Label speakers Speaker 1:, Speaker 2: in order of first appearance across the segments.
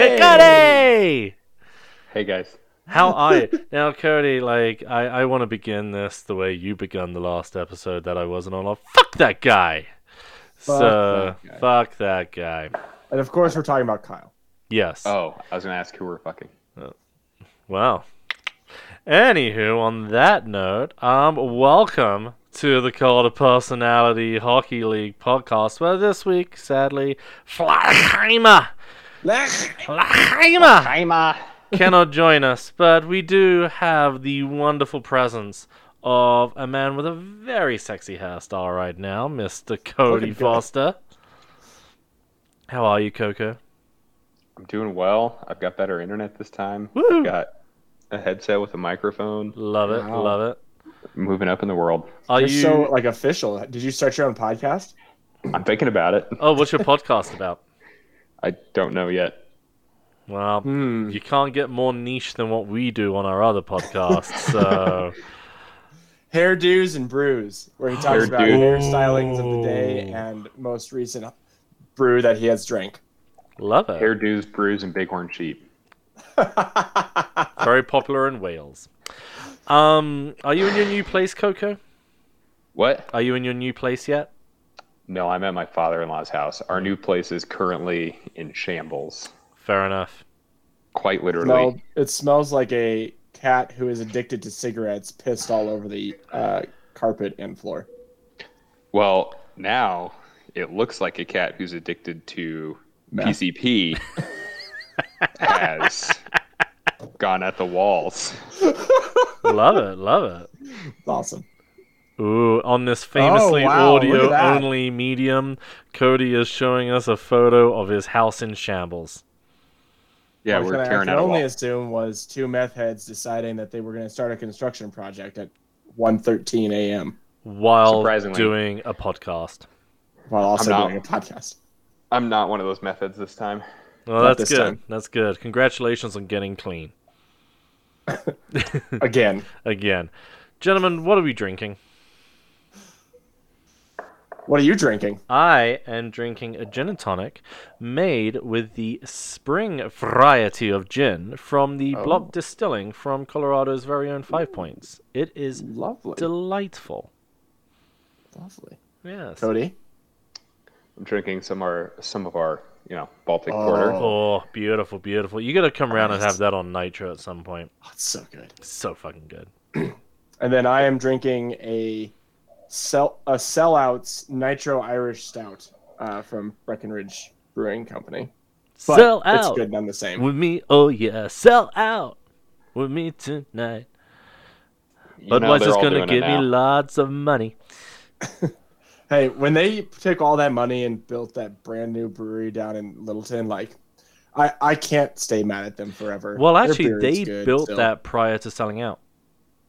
Speaker 1: Cody!
Speaker 2: Hey guys.
Speaker 1: How are you? Now, Cody, like, I, I want to begin this the way you begun the last episode that I wasn't on. Like, fuck that guy! so,
Speaker 2: that guy.
Speaker 1: fuck that guy.
Speaker 3: And of course, we're talking about Kyle.
Speaker 1: Yes.
Speaker 2: Oh, I was gonna ask who we're fucking.
Speaker 1: Wow. Anywho, on that note, um, welcome to the Call to Personality Hockey League podcast. Where this week, sadly, Flachheimer, Flachheimer
Speaker 2: Kaima.
Speaker 1: cannot join us, but we do have the wonderful presence of a man with a very sexy hairstyle right now, Mr. Cody
Speaker 3: Fucking good.
Speaker 1: Foster. How are you, Coco?
Speaker 2: I'm doing well. I've got better internet this time.
Speaker 1: Woo!
Speaker 2: I've got a headset with a microphone.
Speaker 1: Love it,
Speaker 3: Wow.
Speaker 1: love it.
Speaker 2: Moving up in the world.
Speaker 1: Are
Speaker 3: You're
Speaker 1: you?
Speaker 3: so like official. Did you start your own podcast?
Speaker 2: I'm thinking about it.
Speaker 1: Oh, what's your podcast about?
Speaker 2: I don't know yet.
Speaker 1: Well,
Speaker 3: Hmm.
Speaker 1: you can't get more niche than what we do on our other podcast. So,
Speaker 3: Hairdos and brews, where he talks about
Speaker 2: Hairdo.
Speaker 3: hairstylings of the day
Speaker 1: Ooh.
Speaker 3: and most recent brew that he has drank.
Speaker 1: love it.
Speaker 2: Hairdos, brews, and bighorn sheep.
Speaker 1: Very popular in Wales. Um, are you in your new place, Coco?
Speaker 2: What?
Speaker 1: Are you in your new place yet?
Speaker 2: No, I'm at my father-in-law's house. Our new place is currently in shambles.
Speaker 1: Fair enough.
Speaker 2: Quite literally.
Speaker 3: Smelled, it smells like a cat who is addicted to cigarettes pissed all over the uh, carpet and floor.
Speaker 2: Well, now it looks like a cat who's addicted to PCP has gone at the walls.
Speaker 1: Love it. Love it.
Speaker 3: It's awesome.
Speaker 1: Ooh, on this famously
Speaker 3: Oh, wow, look at
Speaker 1: audio
Speaker 3: that.
Speaker 1: only medium, Cody is showing us a photo of his house in shambles.
Speaker 2: Yeah,
Speaker 3: I was
Speaker 2: we're
Speaker 3: gonna- I
Speaker 2: tearing
Speaker 3: can
Speaker 2: out a
Speaker 3: only
Speaker 2: wall.
Speaker 3: assume was two meth heads deciding that they were going to start a construction project at 1.13 a.m.
Speaker 1: While
Speaker 2: Surprisingly.
Speaker 1: doing a podcast.
Speaker 3: while also
Speaker 2: I'm not-
Speaker 3: doing a podcast.
Speaker 2: I'm not one of those methods this time.
Speaker 1: Well,
Speaker 3: Not
Speaker 1: that's
Speaker 3: this
Speaker 1: good.
Speaker 3: time.
Speaker 1: That's good. Congratulations on getting clean
Speaker 3: Again,
Speaker 1: again. Gentlemen, what are we drinking?
Speaker 3: what are you drinking?
Speaker 1: I am drinking a gin and tonic made with the spring variety of gin from
Speaker 2: Oh.
Speaker 1: the Block Distilling from Colorado's very own Five Points. It is
Speaker 3: Lovely.
Speaker 1: delightful.
Speaker 3: Lovely.
Speaker 1: Yes.
Speaker 3: Cody?
Speaker 2: I'm drinking some our some of our you know Baltic Porter.
Speaker 1: Oh, beautiful, beautiful. You got to come around and
Speaker 3: Nice.
Speaker 1: have that on Nitro at some point.
Speaker 3: Oh, it's so good.
Speaker 1: It's so fucking good.
Speaker 3: And then I am drinking a sell a sellouts nitro Irish stout uh, from Breckenridge Brewing Company. But
Speaker 1: Sell
Speaker 3: It's
Speaker 1: out
Speaker 3: good none the same.
Speaker 1: with me. Oh, yeah. Sell out with me tonight.
Speaker 2: You know
Speaker 1: Budweiser's
Speaker 2: they're all
Speaker 1: going to
Speaker 2: doing it
Speaker 1: give me
Speaker 2: now.
Speaker 1: lots of money.
Speaker 3: Hey, when they took all that money and built that brand new brewery down in Littleton, like I, I can't stay mad at them forever.
Speaker 1: Well,
Speaker 3: Their
Speaker 1: actually,
Speaker 3: beer is
Speaker 1: they
Speaker 3: good
Speaker 1: built
Speaker 3: still.
Speaker 1: that prior to selling out.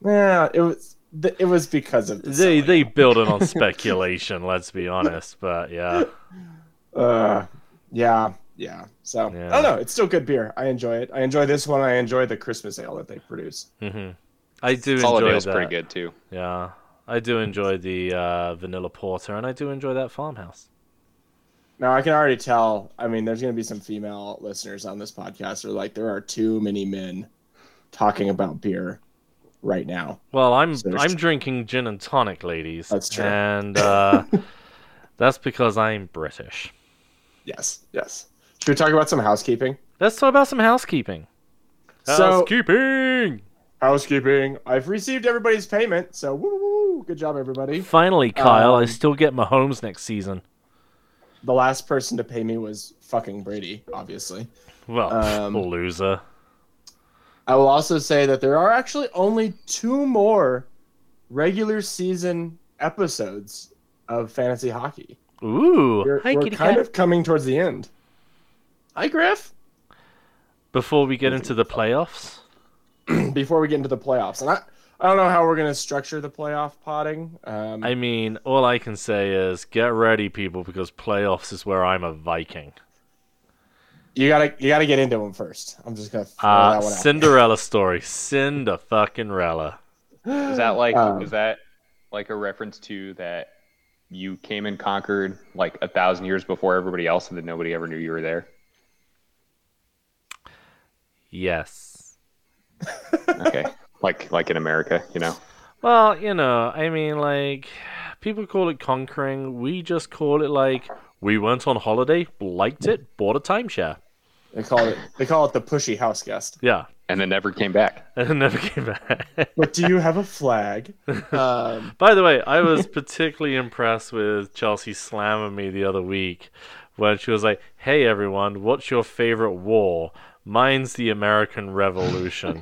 Speaker 3: Yeah, it was th- it was because of the
Speaker 1: they
Speaker 3: selling.
Speaker 1: they build it on speculation. let's be honest, but yeah,
Speaker 3: Uh, yeah, yeah. So
Speaker 1: Yeah.
Speaker 3: I don't know. It's still good beer. I enjoy it. I enjoy this one. I enjoy the Christmas ale that they produce.
Speaker 1: hmm I do
Speaker 2: Solid
Speaker 1: enjoy
Speaker 2: ale's
Speaker 1: that.
Speaker 2: pretty good too.
Speaker 1: Yeah, I do enjoy the uh, vanilla porter, and I do enjoy that farmhouse.
Speaker 3: Now I can already tell. I mean, there's going to be some female listeners on this podcast. Are like, there are too many men talking about beer right now.
Speaker 1: Well, I'm
Speaker 3: So there's-
Speaker 1: I'm drinking gin and tonic, ladies.
Speaker 3: That's true.
Speaker 1: and uh, that's because I'm British.
Speaker 3: Yes, yes. Should we talk about some housekeeping?
Speaker 1: Let's talk about some housekeeping.
Speaker 3: So-
Speaker 1: housekeeping.
Speaker 3: Housekeeping. I've received everybody's payment, so woo, woo, woo. good job, everybody.
Speaker 1: Finally, Kyle, I
Speaker 3: Um,
Speaker 1: still get Mahomes next season.
Speaker 3: The last person to pay me was fucking Brady, obviously.
Speaker 1: Well,
Speaker 3: um,
Speaker 1: loser.
Speaker 3: I will also say that there are actually only two more regular season episodes of fantasy hockey.
Speaker 1: Ooh,
Speaker 3: We're,
Speaker 1: hi,
Speaker 3: we're
Speaker 1: kitty
Speaker 3: kind
Speaker 1: cat.
Speaker 3: of coming towards the end. Hi, Griff.
Speaker 1: Before we get into the playoffs.
Speaker 3: Before we get into the playoffs, and I, I don't know how we're going to structure the playoff potting. Um,
Speaker 1: I mean, all I can say is get ready, people, because playoffs is where I'm a Viking.
Speaker 3: you gotta you gotta get into them first. I'm just gonna throw
Speaker 1: Uh,
Speaker 3: that one out.
Speaker 1: Cinderella story. Cinder fucking Rella.
Speaker 2: Is that like
Speaker 3: Um,
Speaker 2: is that like a reference to that you came and conquered like a thousand years before everybody else and then nobody ever knew you were there?
Speaker 1: Yes.
Speaker 2: Okay. like like in America, you know.
Speaker 1: Well, you know, I mean, like, people call it conquering. We just call it, like, we went on holiday, liked it, bought a timeshare.
Speaker 3: They call it they call it the pushy house guest.
Speaker 1: Yeah.
Speaker 2: And then never came back.
Speaker 1: And it never came back.
Speaker 3: But do you have a flag? Um,
Speaker 1: By the way, I was particularly impressed with Chelsea slamming me the other week when she was like, Hey everyone, what's your favorite war? Mine's the American Revolution.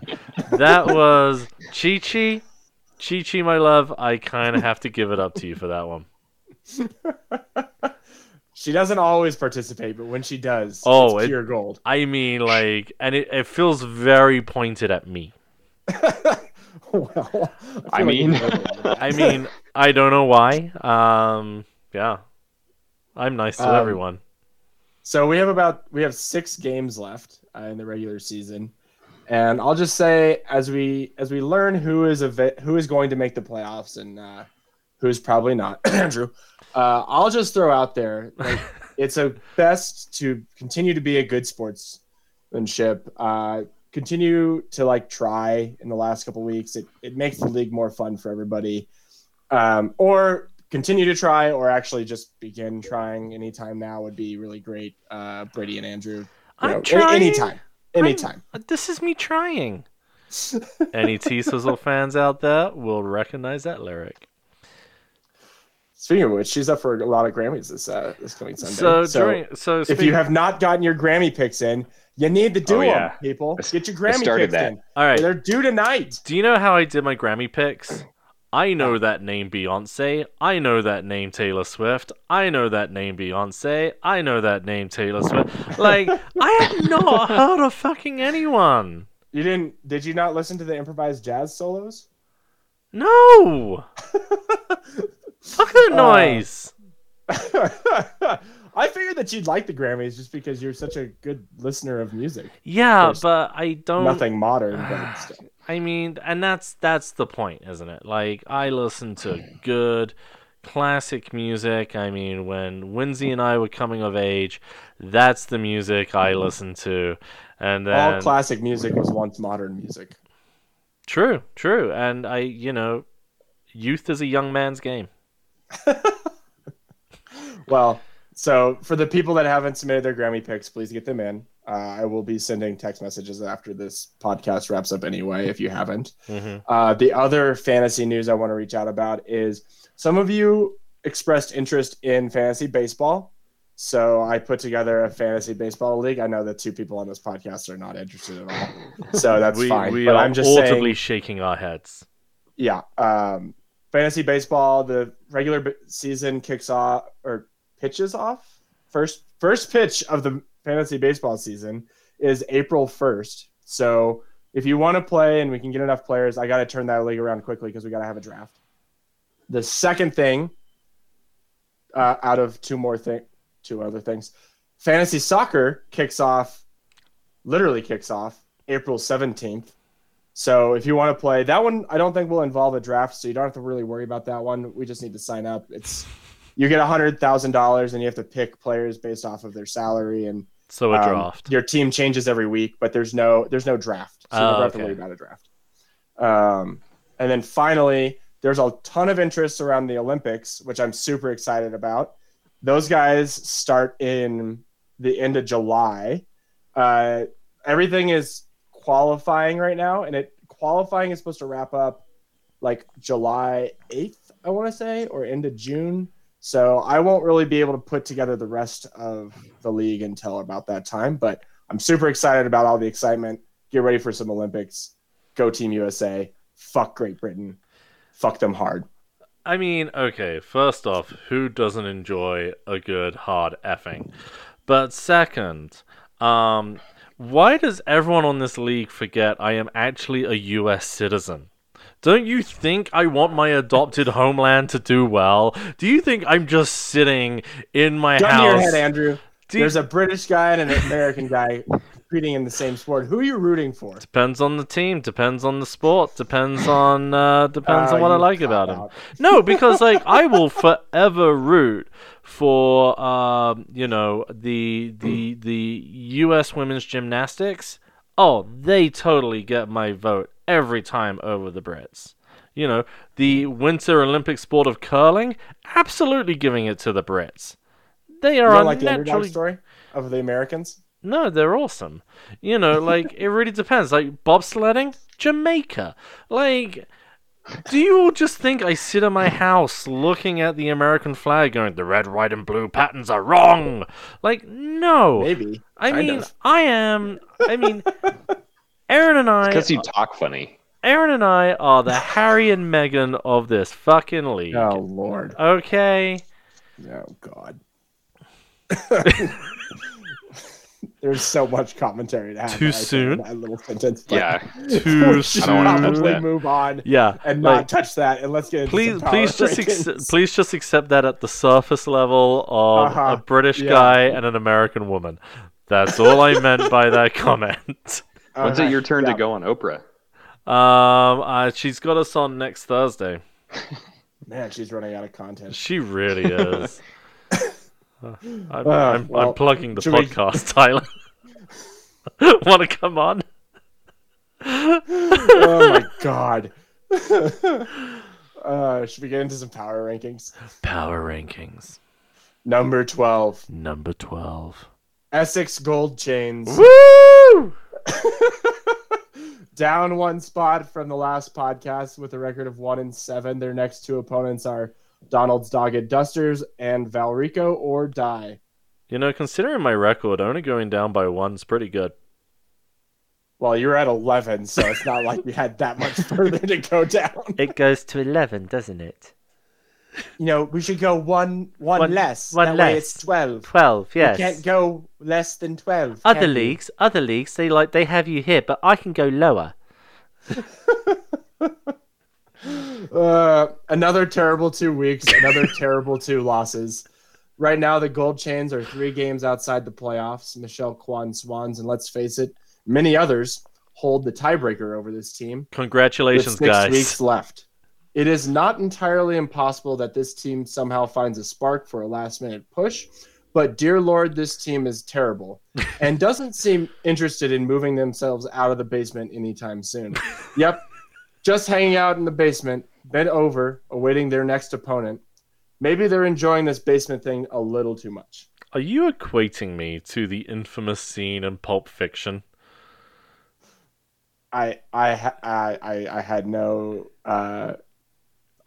Speaker 1: that was Chi Chi. Chi Chi, my love, I kind of have to give it up to you for that one.
Speaker 3: she doesn't always participate, but when she does,
Speaker 1: Oh,
Speaker 3: it's
Speaker 1: it-
Speaker 3: pure gold.
Speaker 1: I mean, like, and it, it feels very pointed at me.
Speaker 3: well,
Speaker 2: I
Speaker 3: feel like
Speaker 2: mean-
Speaker 3: you know that.
Speaker 1: I mean, I don't know why. Um, yeah. I'm nice to
Speaker 3: Um,
Speaker 1: everyone.
Speaker 3: So we have about we have six games left uh, in the regular season, and I'll just say as we as we learn who is a who is going to make the playoffs and uh, who's probably not, Andrew. Uh, I'll just throw out there like, it's a best to continue to be a good sportsmanship. Uh, continue to like try in the last couple weeks. It it makes the league more fun for everybody. Um, or continue to try, or actually just begin trying anytime now would be really great. Uh, Brady and Andrew, you
Speaker 1: I'm
Speaker 3: know, a-
Speaker 1: trying.
Speaker 3: anytime, anytime.
Speaker 1: This is me trying. Any T Sizzle fans out there will recognize that lyric.
Speaker 3: Speaking of which, she's up for a lot of Grammys this uh, this coming Sunday.
Speaker 1: So, during, so
Speaker 3: if
Speaker 1: speak-
Speaker 3: you have not gotten your Grammy picks in, you need to do
Speaker 2: Oh,
Speaker 3: them,
Speaker 2: yeah.
Speaker 3: people.
Speaker 2: I s-
Speaker 3: Get your
Speaker 2: I
Speaker 3: Grammy
Speaker 2: started
Speaker 3: picks
Speaker 2: that.
Speaker 3: in.
Speaker 1: all right,
Speaker 3: They're due tonight.
Speaker 1: do you know how I did my Grammy picks? I know that name Beyonce. I know that name Taylor Swift. I know that name Beyonce. I know that name Taylor Swift. Like, I have not heard of fucking anyone.
Speaker 3: You didn't? Did you not listen to the improvised jazz solos?
Speaker 1: No! Fuck that
Speaker 3: Uh,
Speaker 1: noise!
Speaker 3: I figured that you'd like the Grammys just because you're such a good listener of music.
Speaker 1: yeah,
Speaker 3: there's
Speaker 1: but I don't.
Speaker 3: Nothing modern, but still.
Speaker 1: I mean, and that's that's the point, isn't it? Like I listen to good classic music. I mean, when Winsy and I were coming of age, that's the music I listened to. And then
Speaker 3: Mm-hmm. all classic music was once modern music.
Speaker 1: true, true. And I, you know, youth is a young man's game.
Speaker 3: Well, so for the people that haven't submitted their Grammy picks, please get them in. Uh, I will be sending text messages after this podcast wraps up anyway. If you haven't,
Speaker 1: Mm-hmm.
Speaker 3: Uh, the other fantasy news I want to reach out about is some of you expressed interest in fantasy baseball. So I put together a fantasy baseball league. I know that two people on this podcast are not interested at all. So that's
Speaker 1: we
Speaker 3: fine.
Speaker 1: we
Speaker 3: but
Speaker 1: are
Speaker 3: I'm just saying,
Speaker 1: audibly shaking our heads.
Speaker 3: yeah. Um, fantasy baseball, the regular b- season kicks off or pitches off. First first pitch of the fantasy baseball season is April 1st. So if you want to play and we can get enough players, I got to turn that league around quickly because we got to have a draft. The second thing uh, out of two more thing two other things. Fantasy soccer kicks off literally kicks off April 17th. So if you want to play that one, I don't think will involve a draft, so you don't have to really worry about that one. We just need to sign up. It's you get hundred thousand dollars, and you have to pick players based off of their salary, and
Speaker 1: So a
Speaker 3: um,
Speaker 1: draft.
Speaker 3: your team changes every week, but there's no there's no draft, so you
Speaker 1: Oh,
Speaker 3: never have to
Speaker 1: okay.
Speaker 3: worry about a draft. Um, and then finally, there's a ton of interest around the Olympics, which I'm super excited about. Those guys start in the end of July. Uh, everything is qualifying right now, and it qualifying is supposed to wrap up like July 8th, I want to say, or end of June. So I won't really be able to put together the rest of the league until about that time. But I'm super excited about all the excitement. Get ready for some Olympics. Go Team USA. Fuck Great Britain. Fuck them hard.
Speaker 1: I mean, okay, first off, who doesn't enjoy a good hard effing? But second, um, why does everyone on this league forget I am actually a US citizen? Don't you think I want my adopted homeland to do well? Do you think I'm just sitting in my
Speaker 3: Gun to your
Speaker 1: house?
Speaker 3: head, Andrew.
Speaker 1: Do you-
Speaker 3: There's a British guy and an American guy competing in the same sport. Who are you rooting for?
Speaker 1: Depends on the team. Depends on the sport. Depends on uh, depends
Speaker 3: Oh,
Speaker 1: on what I
Speaker 3: you
Speaker 1: like about
Speaker 3: cop
Speaker 1: him.
Speaker 3: out.
Speaker 1: No, because like I will forever root for um, you know the the the U.S. women's gymnastics. oh, they totally get my vote every time over the Brits. You know, the Winter Olympic sport of curling, absolutely giving it to the Brits. They
Speaker 3: You
Speaker 1: are
Speaker 3: don't like the underdog
Speaker 1: unnaturally
Speaker 3: story of the Americans?
Speaker 1: no, they're awesome. You know, like it really depends. Like bobsledding, Jamaica. Like, do you all just think I sit in my house looking at the American flag, going, "The red, white, and blue patterns are wrong"? Like, no.
Speaker 3: Maybe.
Speaker 1: I
Speaker 2: kind
Speaker 1: mean,
Speaker 2: of.
Speaker 1: I am. I mean, Aaron and I.
Speaker 2: because you talk funny.
Speaker 1: Aaron and I are the Harry and Meghan of this fucking league.
Speaker 3: Oh
Speaker 1: Uh,
Speaker 3: Lord.
Speaker 1: Okay.
Speaker 3: Oh God. There's so much commentary to have.
Speaker 1: Too
Speaker 3: I think,
Speaker 1: soon?
Speaker 3: in That little sentence. but
Speaker 2: Yeah,
Speaker 1: Too
Speaker 3: we should
Speaker 2: I don't wanna touch
Speaker 3: probably
Speaker 2: that.
Speaker 3: move on
Speaker 1: Yeah.
Speaker 3: and
Speaker 1: like-
Speaker 3: not touch that, and let's get into
Speaker 1: please
Speaker 3: some
Speaker 1: please
Speaker 3: power
Speaker 1: just
Speaker 3: rankings.
Speaker 1: accept, please just accept that at the surface level of a
Speaker 3: Uh-huh,
Speaker 1: British
Speaker 3: yeah.
Speaker 1: guy and an American woman. That's all I meant by that comment.
Speaker 2: when's
Speaker 3: Okay,
Speaker 2: it your turn
Speaker 3: uh, yeah.
Speaker 2: to go on Oprah?
Speaker 1: Um, uh, she's got us on next Thursday.
Speaker 3: Man, she's running out of content.
Speaker 1: She really is. Uh, I'm,
Speaker 3: Ah,
Speaker 1: I'm,
Speaker 3: well,
Speaker 1: I'm plugging the
Speaker 3: should we-
Speaker 1: podcast, Tyler. Want to come on?
Speaker 3: oh my God. uh, should we get into some power rankings?
Speaker 1: Power rankings
Speaker 3: Number twelve,
Speaker 1: number twelve.
Speaker 3: Essex Gold Chains.
Speaker 1: Woo!
Speaker 3: down one spot from the last podcast with a record of one and seven. Their next two opponents are Donald's Dogged Dusters and Valrico or Die.
Speaker 1: You know, considering my record, only going down by one's pretty good.
Speaker 3: Well, you're at eleven, so it's not like we had that much further to go down.
Speaker 4: It goes to 11, doesn't it?
Speaker 3: You know, we should go one one
Speaker 4: One-
Speaker 3: less.
Speaker 4: one
Speaker 3: that way
Speaker 4: less.
Speaker 3: it's twelve.
Speaker 4: 12,
Speaker 3: You can't
Speaker 4: yes.
Speaker 3: go less than twelve.
Speaker 4: Other
Speaker 3: can you?
Speaker 4: leagues, other leagues, they like they have you here, but I can go lower.
Speaker 3: Uh, another terrible two weeks, another terrible two losses. Right now, the Gold Chains are three games outside the playoffs. Michelle Kwan Swans, and let's face it, many others hold the tiebreaker over this team. With
Speaker 1: Congratulations,
Speaker 3: six
Speaker 1: guys.
Speaker 3: weeks left. It is not entirely impossible that this team somehow finds a spark for a last minute push, but dear Lord, this team is terrible and doesn't seem interested in moving themselves out of the basement anytime soon. yep, just hanging out in the basement, bent over, awaiting their next opponent. Maybe they're enjoying this basement thing a little too much.
Speaker 1: Are you equating me to the infamous scene in Pulp Fiction?
Speaker 3: I I ha- I I, I had no uh,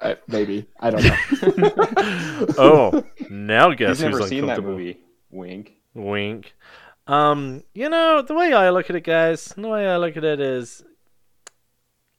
Speaker 3: I, maybe I don't know.
Speaker 1: Oh, now guess
Speaker 2: You've never
Speaker 1: who's
Speaker 2: seen that
Speaker 1: uncomfortable?
Speaker 2: movie. Wink.
Speaker 1: Wink. Um, you know the way I look at it, guys. The way I look at it is,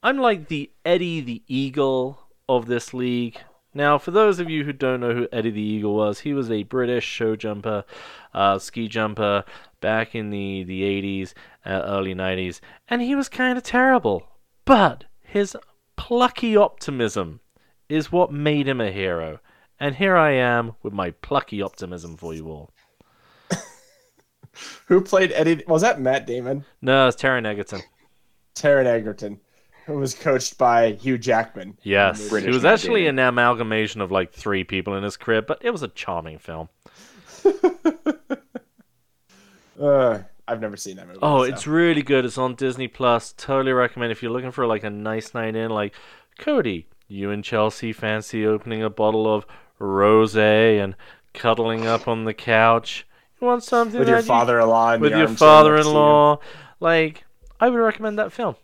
Speaker 1: I'm like the Eddie the Eagle of this league. Now, for those of you who don't know who Eddie the Eagle was, he was a British show jumper, uh, ski jumper back in the the 80s, uh, early 90s, and he was kind of terrible. But his plucky optimism is what made him a hero. And here I am with my plucky optimism for you all.
Speaker 3: Who played Eddie? Was that Matt Damon?
Speaker 1: No, it's Taron Egerton.
Speaker 3: Taron Egerton, who was coached by Hugh Jackman.
Speaker 1: Yes,
Speaker 2: British
Speaker 1: it was
Speaker 2: Matt
Speaker 1: actually
Speaker 2: Damon.
Speaker 1: an amalgamation of like three people in his crib, but it was a charming film.
Speaker 3: Uh, I've never seen that movie.
Speaker 1: Oh,
Speaker 3: so.
Speaker 1: it's really good. It's on Disney Plus. Totally recommend if you're looking for like a nice night in. Like Cody, you and Chelsea fancy opening a bottle of rosé and cuddling up on the couch. You want something
Speaker 3: with your
Speaker 1: that you-
Speaker 3: father-in-law. in
Speaker 1: with
Speaker 3: the
Speaker 1: your
Speaker 3: armchair next to you.
Speaker 1: father-in-law. Like I would recommend that film.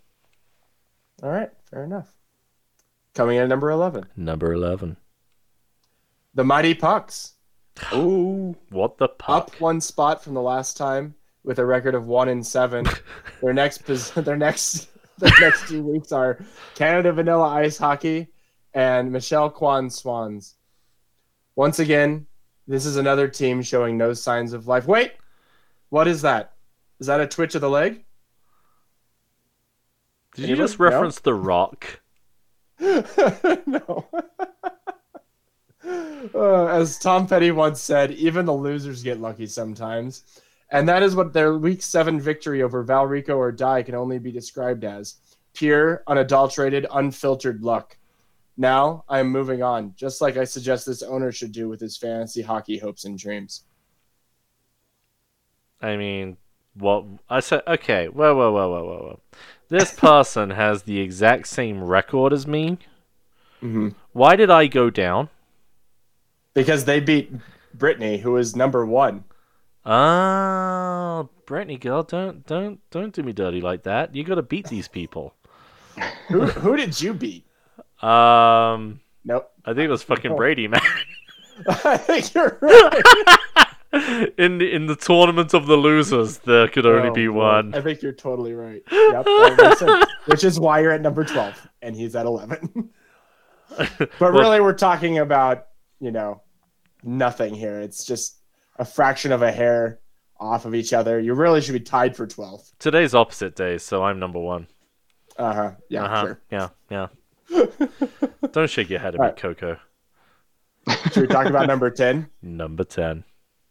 Speaker 3: All right, fair enough. Coming in at number eleven,
Speaker 1: Number eleven.
Speaker 3: the Mighty Pucks,
Speaker 2: Ooh.
Speaker 1: What the puck?
Speaker 3: up one spot from the last time with a record of one and seven. their next, pos- their next, their next two weeks are Canada Vanilla Ice Hockey and Michelle Kwan Swans. Once again, this is another team showing no signs of life. Wait, what is that? Is that a twitch of the leg?
Speaker 1: Did you
Speaker 3: Anybody?
Speaker 1: just
Speaker 3: No?
Speaker 1: reference The Rock?
Speaker 3: no. Uh, as Tom Petty once said, even the losers get lucky sometimes. And that is what their week seven victory over Valrico or Die can only be described as pure, unadulterated, unfiltered luck. Now I am moving on, just like I suggest this owner should do with his fantasy hockey hopes and dreams.
Speaker 1: I mean, what I said. Okay, whoa, whoa, whoa, whoa, whoa, whoa. This person has the exact same record as me.
Speaker 3: hmm
Speaker 1: Why did I go down?
Speaker 3: Because they beat Brittany, who is number one.
Speaker 1: Ah, Brittany girl, don't don't don't do me dirty like that. You got to beat these people.
Speaker 3: Who, who did you beat?
Speaker 1: Um,
Speaker 3: Nope.
Speaker 1: I think it was
Speaker 3: Oh.
Speaker 1: fucking Brady, man.
Speaker 3: I think you're right.
Speaker 1: in the, in the tournament of the losers, there could only
Speaker 3: Oh,
Speaker 1: be
Speaker 3: Lord.
Speaker 1: one.
Speaker 3: I think you're totally right. Yep, that makes sense. Which is why you're at number 12 and he's at 11. but
Speaker 1: Well-
Speaker 3: really, we're talking about, you know, nothing here. It's just a fraction of a hair off of each other. You really should be tied for 12th.
Speaker 1: Today's opposite day, so I'm number one.
Speaker 3: Uh huh. Yeah,
Speaker 1: uh-huh.
Speaker 3: sure.
Speaker 1: Yeah, yeah. don't shake your head at me,
Speaker 3: Alright.
Speaker 1: Coco.
Speaker 3: Should we talk about number 10?
Speaker 1: Number ten.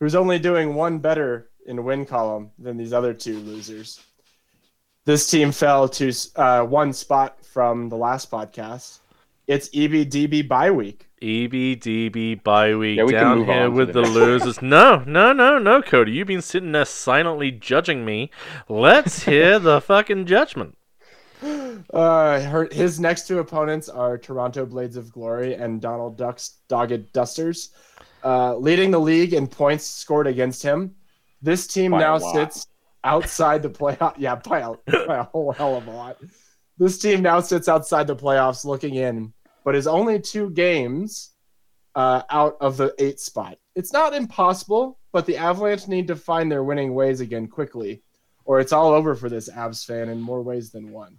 Speaker 3: who's only doing one better in win column than these other two losers. This team fell to uh, one spot from the last podcast. It's E EBDB bye week.
Speaker 1: E EBDB bye week
Speaker 2: Yeah, we can
Speaker 1: down
Speaker 2: move
Speaker 1: here
Speaker 2: on to
Speaker 1: with
Speaker 2: the
Speaker 1: the
Speaker 2: next
Speaker 1: losers. No, no, no, no, Cody. You've been sitting there silently judging me. Let's hear the fucking judgment.
Speaker 3: Uh, her, his next two opponents are Toronto Blades of Glory and Donald Duck's Dogged Dusters, uh, leading the league in points scored against him. This team
Speaker 2: By a
Speaker 3: now
Speaker 2: lot.
Speaker 3: sits outside the playoff. Yeah, by a, by a whole hell of a lot. This team now sits outside the playoffs, looking in, but is only two games uh, out of the eight spot. It's not impossible, but the Avalanche need to find their winning ways again quickly, or it's all over for this Avs fan in more ways than one.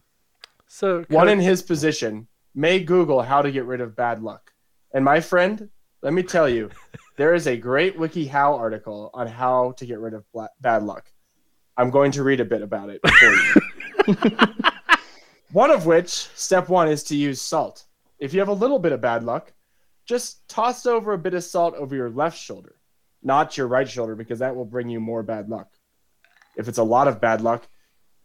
Speaker 1: So
Speaker 3: One
Speaker 1: Co-
Speaker 3: in his position may Google how to get rid of bad luck. And my friend, let me tell you, there is a great WikiHow article on how to get rid of bla- bad luck. I'm going to read a bit about it for you. one of which, step one, is to use salt. If you have a little bit of bad luck, just toss over a bit of salt over your left shoulder, not your right shoulder, because that will bring you more bad luck. If it's a lot of bad luck,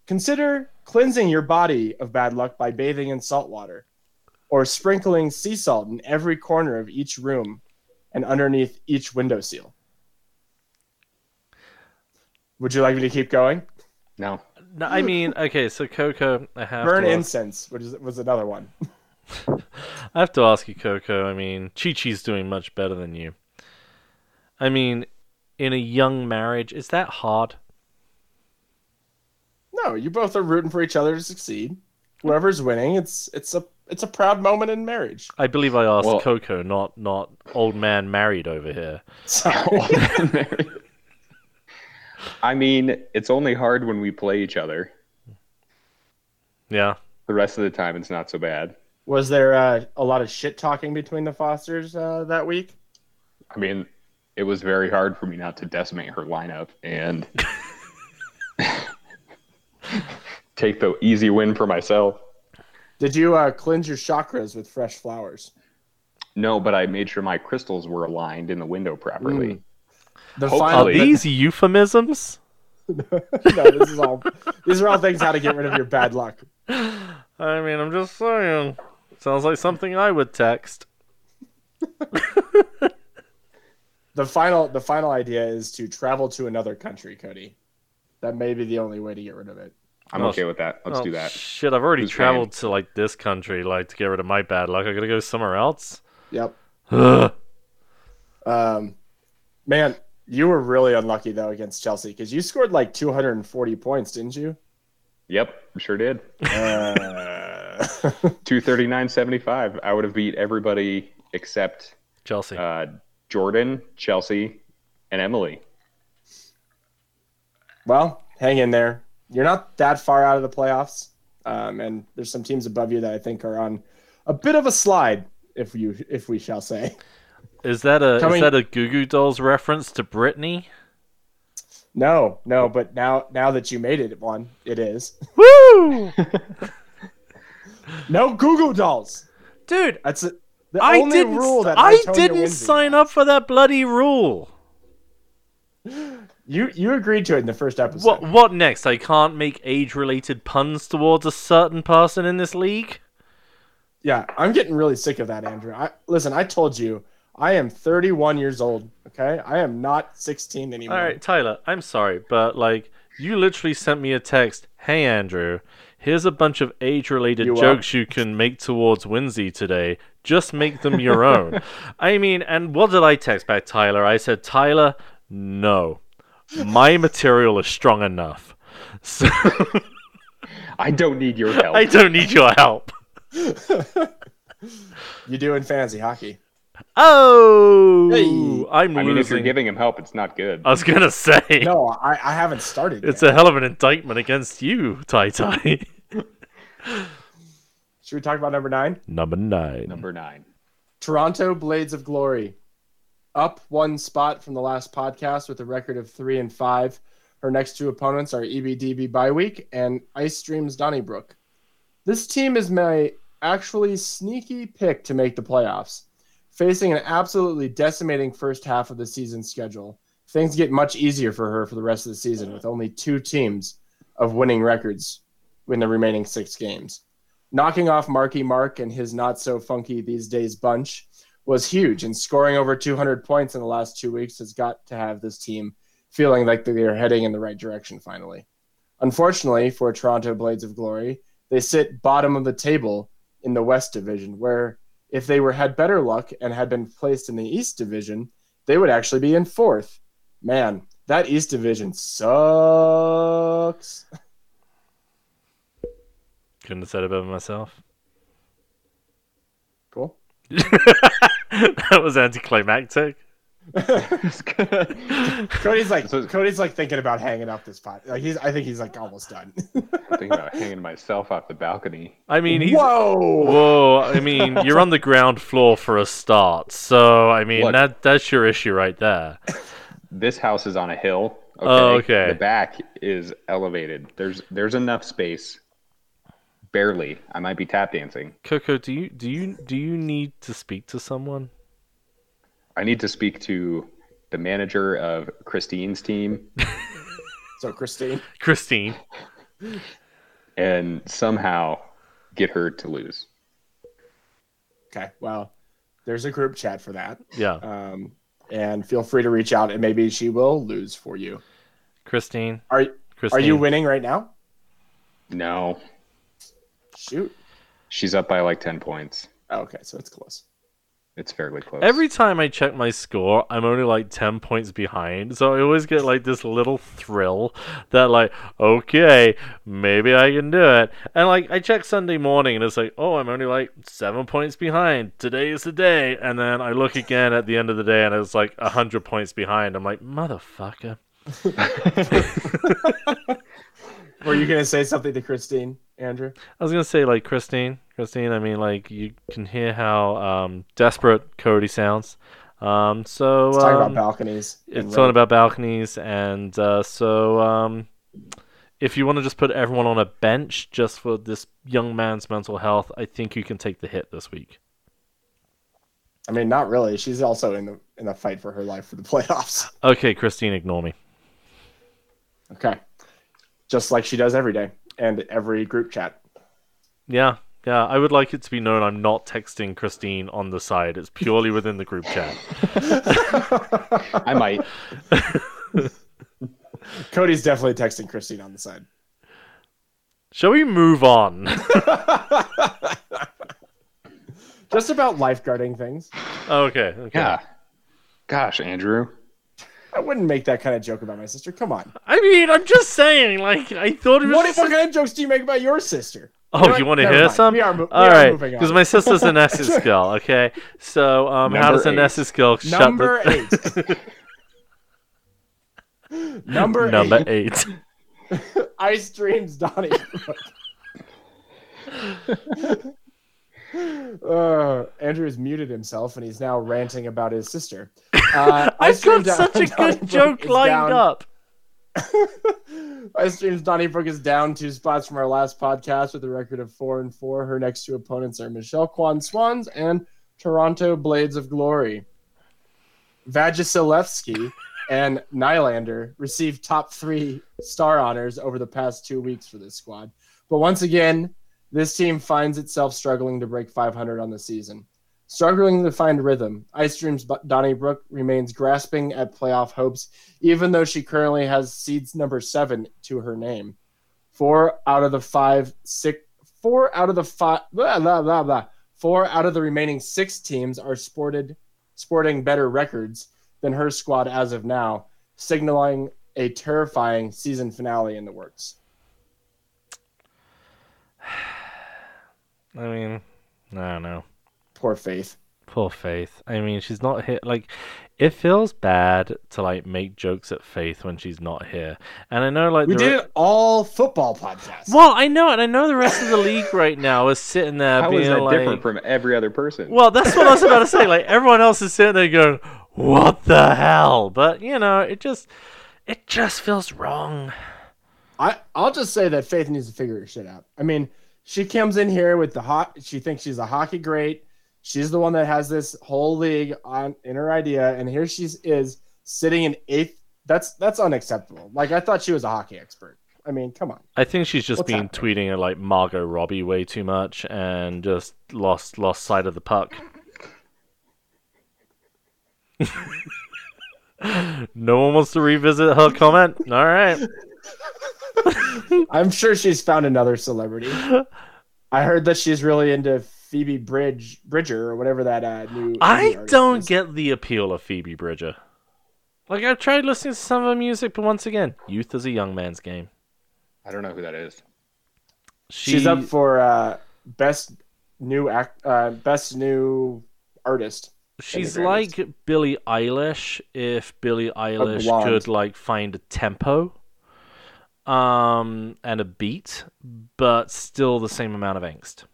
Speaker 3: Consider cleansing your body of bad luck by bathing in salt water or sprinkling sea salt in every corner of each room and underneath each windowsill. Would you like me to keep going?
Speaker 2: No.
Speaker 1: no, I mean, okay. So Coco, I have
Speaker 3: Burn
Speaker 1: to ask-
Speaker 3: incense, which is, was another one.
Speaker 1: I have to ask you, Coco. I mean, Chi Chi's doing much better than you. I mean, in a young marriage, is that hard?
Speaker 3: No, you both are rooting for each other to succeed. Whoever's winning, it's it's a it's a proud moment in marriage.
Speaker 1: I believe I asked
Speaker 2: Well-
Speaker 1: Coco, not not old man married over here.
Speaker 3: So,
Speaker 2: I mean, it's only hard when we play each other.
Speaker 1: Yeah.
Speaker 2: The rest of the time, it's not so bad.
Speaker 3: was there uh, a lot of shit talking between the Fosters uh, that week?
Speaker 2: I mean, it was very hard for me not to decimate her lineup and take the easy win for myself.
Speaker 3: Did you uh, cleanse your chakras with fresh flowers?
Speaker 2: No, but I made sure my crystals were aligned in the window
Speaker 1: Mm.
Speaker 2: properly.
Speaker 3: The
Speaker 1: Are
Speaker 2: Hopefully.
Speaker 3: final
Speaker 2: Really?
Speaker 1: these euphemisms?
Speaker 3: no, this is all. These are all things how to get rid of your bad luck.
Speaker 1: I mean, I'm just saying. Sounds like something I would text.
Speaker 3: The final, the final idea is to travel to another country, Cody. That may be the only way to get rid of it.
Speaker 2: I'm
Speaker 1: Oh,
Speaker 2: okay with that. Let's
Speaker 1: Oh,
Speaker 2: do that.
Speaker 1: Shit, I've already
Speaker 2: Who's
Speaker 1: traveled to like this country, like to get rid of my bad luck. I gotta go somewhere else.
Speaker 3: Yep.
Speaker 1: Ugh.
Speaker 3: Um, man, you were really unlucky though against Chelsea because you scored like 240 points, didn't you?
Speaker 2: Yep, sure did.
Speaker 3: Uh,
Speaker 2: 239.75. I would have beat everybody except
Speaker 1: Chelsea.
Speaker 2: uh, Jordan, Chelsea, and Emily.
Speaker 3: well, hang in there. You're not that far out of the playoffs, um, and there's some teams above you that I think are on a bit of a slide, if you if we shall say.
Speaker 1: is that a is
Speaker 3: coming-
Speaker 1: that a Goo Goo Dolls reference to Britney?
Speaker 3: No, no, but now now that you made it one, it is.
Speaker 1: Woo!
Speaker 3: No Goo Goo Dolls.
Speaker 1: Dude,
Speaker 3: That's a, the
Speaker 1: I
Speaker 3: only
Speaker 1: didn't
Speaker 3: rule that
Speaker 1: I
Speaker 3: Antonio
Speaker 1: didn't
Speaker 3: Windsor-
Speaker 1: sign up for that bloody rule.
Speaker 3: You you agreed to it in the first episode.
Speaker 1: What what next? I can't make age related puns towards a certain person in this league?
Speaker 3: Yeah, I'm getting really sick of that, Andrew. I listen. I told you, I am 31 years old. Okay, I am not 16 anymore.
Speaker 1: All right, Tyler, I'm sorry, but like You literally sent me a text. Hey, Andrew, here's a bunch of age related
Speaker 3: You are-
Speaker 1: jokes you can make towards Winsy today. Just make them your own. I mean, and what did I text back, Tyler? I said, Tyler, no. My material is strong enough. So
Speaker 2: I don't need your help.
Speaker 1: I don't need your help.
Speaker 3: you do in fantasy hockey.
Speaker 1: Oh,
Speaker 3: Hey.
Speaker 1: I'm
Speaker 2: I mean, if you're
Speaker 1: losing. Uh,
Speaker 2: giving him help, it's not good.
Speaker 1: I was going to say,
Speaker 3: No, I, I haven't started.
Speaker 1: it's
Speaker 3: yet.
Speaker 1: a hell of an indictment against you, Tai Tai.
Speaker 3: Should we talk about number nine?
Speaker 1: Number nine.
Speaker 2: Number nine.
Speaker 3: Toronto Blades of Glory, up one spot from the last podcast with a record of three and five. Her next two opponents are E EBDB Bye Week and Ice Streams Donnybrook. This team is my actually sneaky pick to make the playoffs. Facing an absolutely decimating first half of the season schedule, things get much easier for her for the rest of the season with only two teams of winning records in the remaining six games knocking off Marky Mark and his not so funky these days bunch was huge. And scoring over 200 points in the last two weeks has got to have this team feeling like they are heading in the right direction finally. Unfortunately for Toronto Blades of Glory, they sit bottom of the table in the West Division, where if they were had better luck and had been placed in the East Division, they would actually be in fourth. Man, that East Division sucks.
Speaker 1: Couldn't have said it better myself.
Speaker 3: Cool.
Speaker 1: that was anticlimactic.
Speaker 2: I'm
Speaker 3: Cody's like
Speaker 2: So-
Speaker 3: Cody's like thinking about hanging up this pot. Like he's I think he's like almost done.
Speaker 2: thinking about hanging myself off the balcony.
Speaker 1: I mean, he's. Whoa!
Speaker 3: Whoa!
Speaker 1: I mean, you're on the ground floor for a start, so I mean
Speaker 2: Look.
Speaker 1: that that's your issue right there.
Speaker 2: This house is on a hill. Okay.
Speaker 1: Oh, okay.
Speaker 2: The back is elevated. There's there's enough space. Barely. I might be tap dancing.
Speaker 1: Coco, do you do you do you need to speak to someone?
Speaker 2: I need to speak to the manager of Christine's team
Speaker 3: So Christine,
Speaker 1: Christine,
Speaker 2: and somehow get her to lose.
Speaker 3: okay, well, there's a group chat for that,
Speaker 1: yeah,
Speaker 3: um, and feel free to reach out, and maybe she will lose for you.
Speaker 1: Christine.
Speaker 3: Are
Speaker 1: Christine.
Speaker 3: are you winning right now?
Speaker 2: No.
Speaker 3: Shoot.
Speaker 2: She's up by like 10 points.
Speaker 3: Oh, okay, so it's close.
Speaker 2: It's fairly close.
Speaker 1: Every time I check my score, I'm only like 10 points behind. So I always get like this little thrill that, like, okay, maybe I can do it. And like, I check Sunday morning and it's like, oh, I'm only like seven points behind. Today is the day. And then I look again at the end of the day and it's like 100 points behind. I'm like, motherfucker.
Speaker 3: Were you gonna say something to Christine, Andrew?
Speaker 1: I was going to say, like, Christine, Christine, I mean, like, you can hear how um, desperate Cody sounds. Um, so.
Speaker 3: Let's talk
Speaker 1: um,
Speaker 3: about balconies. and
Speaker 1: it's on
Speaker 3: road.
Speaker 1: about balconies and uh, so um, if you want to just put everyone on a bench just for this young man's mental health i think you can take the hit this week
Speaker 3: I mean, not really. She's also in the in the fight for her life for the playoffs.
Speaker 1: okay christine ignore me
Speaker 3: Okay, just like she does every day and every group chat.
Speaker 1: yeah yeah i would like it to be known i'm not texting christine on the side it's purely within the group chat
Speaker 2: I might.
Speaker 3: Cody's definitely texting Christine on the side.
Speaker 1: shall we move on
Speaker 3: Just about lifeguarding things.
Speaker 1: okay okay
Speaker 2: Yeah. Gosh, Andrew.
Speaker 3: I wouldn't make that kind of joke about my sister. Come on.
Speaker 1: i mean i'm just saying like i thought it was
Speaker 3: What,
Speaker 1: just-
Speaker 3: what kind of jokes do you make about your sister?
Speaker 1: Oh,
Speaker 3: know
Speaker 1: you want
Speaker 3: what?
Speaker 1: to
Speaker 3: Never
Speaker 1: hear
Speaker 3: mind.
Speaker 1: some?
Speaker 3: We are mo- we
Speaker 1: All
Speaker 3: are
Speaker 1: right,
Speaker 3: moving on.
Speaker 1: because my sister's an Essex girl. Okay, so um, how
Speaker 2: Number
Speaker 1: does an
Speaker 2: eight.
Speaker 1: Essex girl shut
Speaker 3: Number
Speaker 1: the
Speaker 3: eight. Number,
Speaker 1: number
Speaker 3: eight.
Speaker 1: eight?
Speaker 3: Ice dreams, Donnie. uh, Andrew has muted himself and he's now ranting about his sister. Uh,
Speaker 1: I've
Speaker 3: Ice
Speaker 1: got
Speaker 3: Dreams Don-
Speaker 1: such a good
Speaker 3: Donnybrook
Speaker 1: joke
Speaker 3: is
Speaker 1: lined
Speaker 3: down-
Speaker 1: up.
Speaker 3: Ice Dreams Donnybrook is down two spots from our last podcast with a record of four and four. Her next two opponents are Michelle Kwan Swans and Toronto Blades of Glory. Vagisilevsky and Nylander received top three star honors over the past two weeks for this squad. But once again, this team finds itself struggling to break 500 on the season. Struggling to find rhythm, Ice Dream's Bu- Donnie Brook remains grasping at playoff hopes, even though she currently has seeds number seven to her name. Four out of the five, six, four out of the five, blah, blah, blah, blah. Four out of the remaining six teams are sported, sporting better records than her squad as of now, signaling a terrifying season finale in the works.
Speaker 1: I mean, I don't know.
Speaker 3: Poor Faith.
Speaker 1: Poor Faith. I mean, she's not here. Like, it feels bad to like make jokes at Faith when she's not here. And I know, like,
Speaker 3: We
Speaker 1: the
Speaker 3: did
Speaker 1: re-
Speaker 3: it all football podcast.
Speaker 1: Well, I know, and I know the rest of the league right now is sitting there
Speaker 2: How
Speaker 1: being
Speaker 2: is that
Speaker 1: like,
Speaker 2: different from every other person?
Speaker 1: Well, that's what I was about to say. Like everyone else is sitting there going, "What the hell?" But you know, it just it just feels wrong.
Speaker 3: I, I'll just say that Faith needs to figure her shit out. I mean, she comes in here with the hot. She thinks she's a hockey great. She's the one that has this whole league on in her idea, and here she is sitting in eighth. That's that's unacceptable. Like I thought she was a hockey expert. I mean, come on.
Speaker 1: I think she's just
Speaker 3: What's
Speaker 1: been tweeting at like Margot Robbie way too much and just lost lost sight of the puck. no one wants to revisit her comment. All right.
Speaker 3: I'm sure she's found another celebrity. I heard that she's really into Phoebe Bridge Bridger or whatever that uh, new. indie
Speaker 1: I
Speaker 3: artist
Speaker 1: don't
Speaker 3: is.
Speaker 1: get the appeal of Phoebe Bridger. Like I've tried listening to some of her music, but once again, youth is a young man's game.
Speaker 2: I don't know who that is.
Speaker 1: She,
Speaker 3: She's up for uh, best new act, uh, best new artist.
Speaker 1: She's
Speaker 3: Very
Speaker 1: like Billie Eilish if Billie Eilish
Speaker 3: blonde.
Speaker 1: could like find a tempo um and a beat but still the same amount of angst.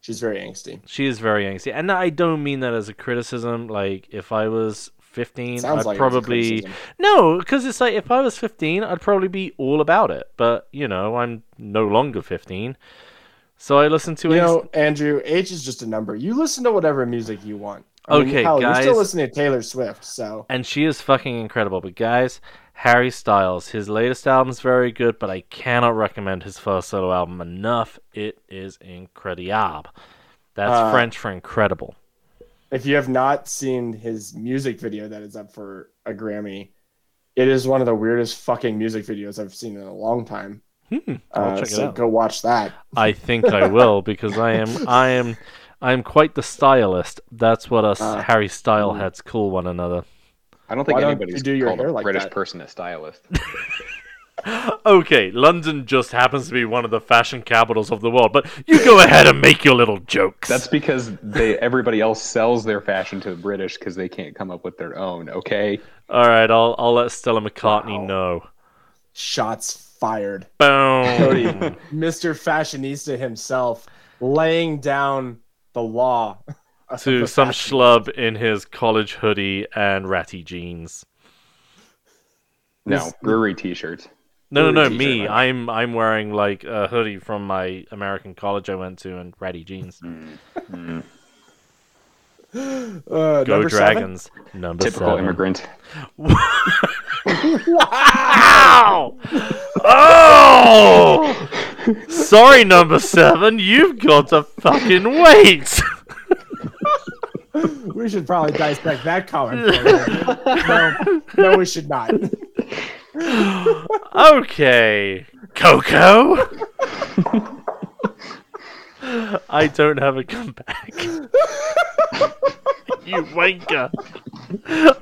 Speaker 3: She's very angsty.
Speaker 1: She is very angsty. And I don't mean that as a criticism like if I was 15
Speaker 3: Sounds
Speaker 1: I'd
Speaker 3: like it was a
Speaker 1: probably
Speaker 3: criticism.
Speaker 1: No, cuz it's like if I was 15 I'd probably be all about it, but you know, I'm no longer 15. So I listen to
Speaker 3: You
Speaker 1: angst-
Speaker 3: know, Andrew, age is just a number. You listen to whatever music you want. I mean,
Speaker 1: Okay,
Speaker 3: hell, You're still
Speaker 1: guys.
Speaker 3: listening to Taylor Swift, so
Speaker 1: and she is fucking incredible. But guys, Harry Styles, his latest album's very good, but I cannot recommend his first solo album enough. It is incredible. That's
Speaker 3: Uh,
Speaker 1: French for incredible.
Speaker 3: if you have not seen his music video that is up for a Grammy, it is one of the weirdest fucking music videos I've seen in a long time.
Speaker 1: I'll
Speaker 3: Uh,
Speaker 1: check it
Speaker 3: so
Speaker 1: out.
Speaker 3: go watch that.
Speaker 1: I think I will because I am I am I am quite the stylist. That's what us
Speaker 3: Uh,
Speaker 1: Harry Style heads call one another.
Speaker 2: I don't think
Speaker 3: Why don't
Speaker 2: anybody's
Speaker 3: you do your
Speaker 2: called
Speaker 3: hair
Speaker 2: a
Speaker 3: like
Speaker 2: British
Speaker 3: that?
Speaker 2: person a stylist.
Speaker 1: Okay, London just happens to be one of the fashion capitals of the world, but you go ahead and make your little jokes.
Speaker 2: That's because they everybody else sells their fashion to the British because they can't come up with their own. Okay,
Speaker 1: All right, I'll I'll let Stella McCartney know.
Speaker 3: Shots fired.
Speaker 1: Boom.
Speaker 3: Cody, Mr. Fashionista himself, laying down the law.
Speaker 1: to some schlub in his college hoodie and ratty jeans.
Speaker 2: no
Speaker 3: This-
Speaker 2: brewery T-shirts.
Speaker 1: No, no, no,
Speaker 2: Hoodie t-shirt,
Speaker 1: me.
Speaker 2: right?
Speaker 1: I'm I'm wearing like a hoodie from my American college I went to and ratty jeans.
Speaker 2: Mm.
Speaker 3: Uh,
Speaker 1: Go
Speaker 3: number seven?
Speaker 1: Dragons, number
Speaker 2: Typical
Speaker 1: seven.
Speaker 2: immigrant.
Speaker 1: Wow! Oh! Sorry, number seven. You've got to fucking wait.
Speaker 3: We should probably dissect that comment. further. no, no, we should not.
Speaker 1: Okay, Coco. I don't have a comeback. you wanker.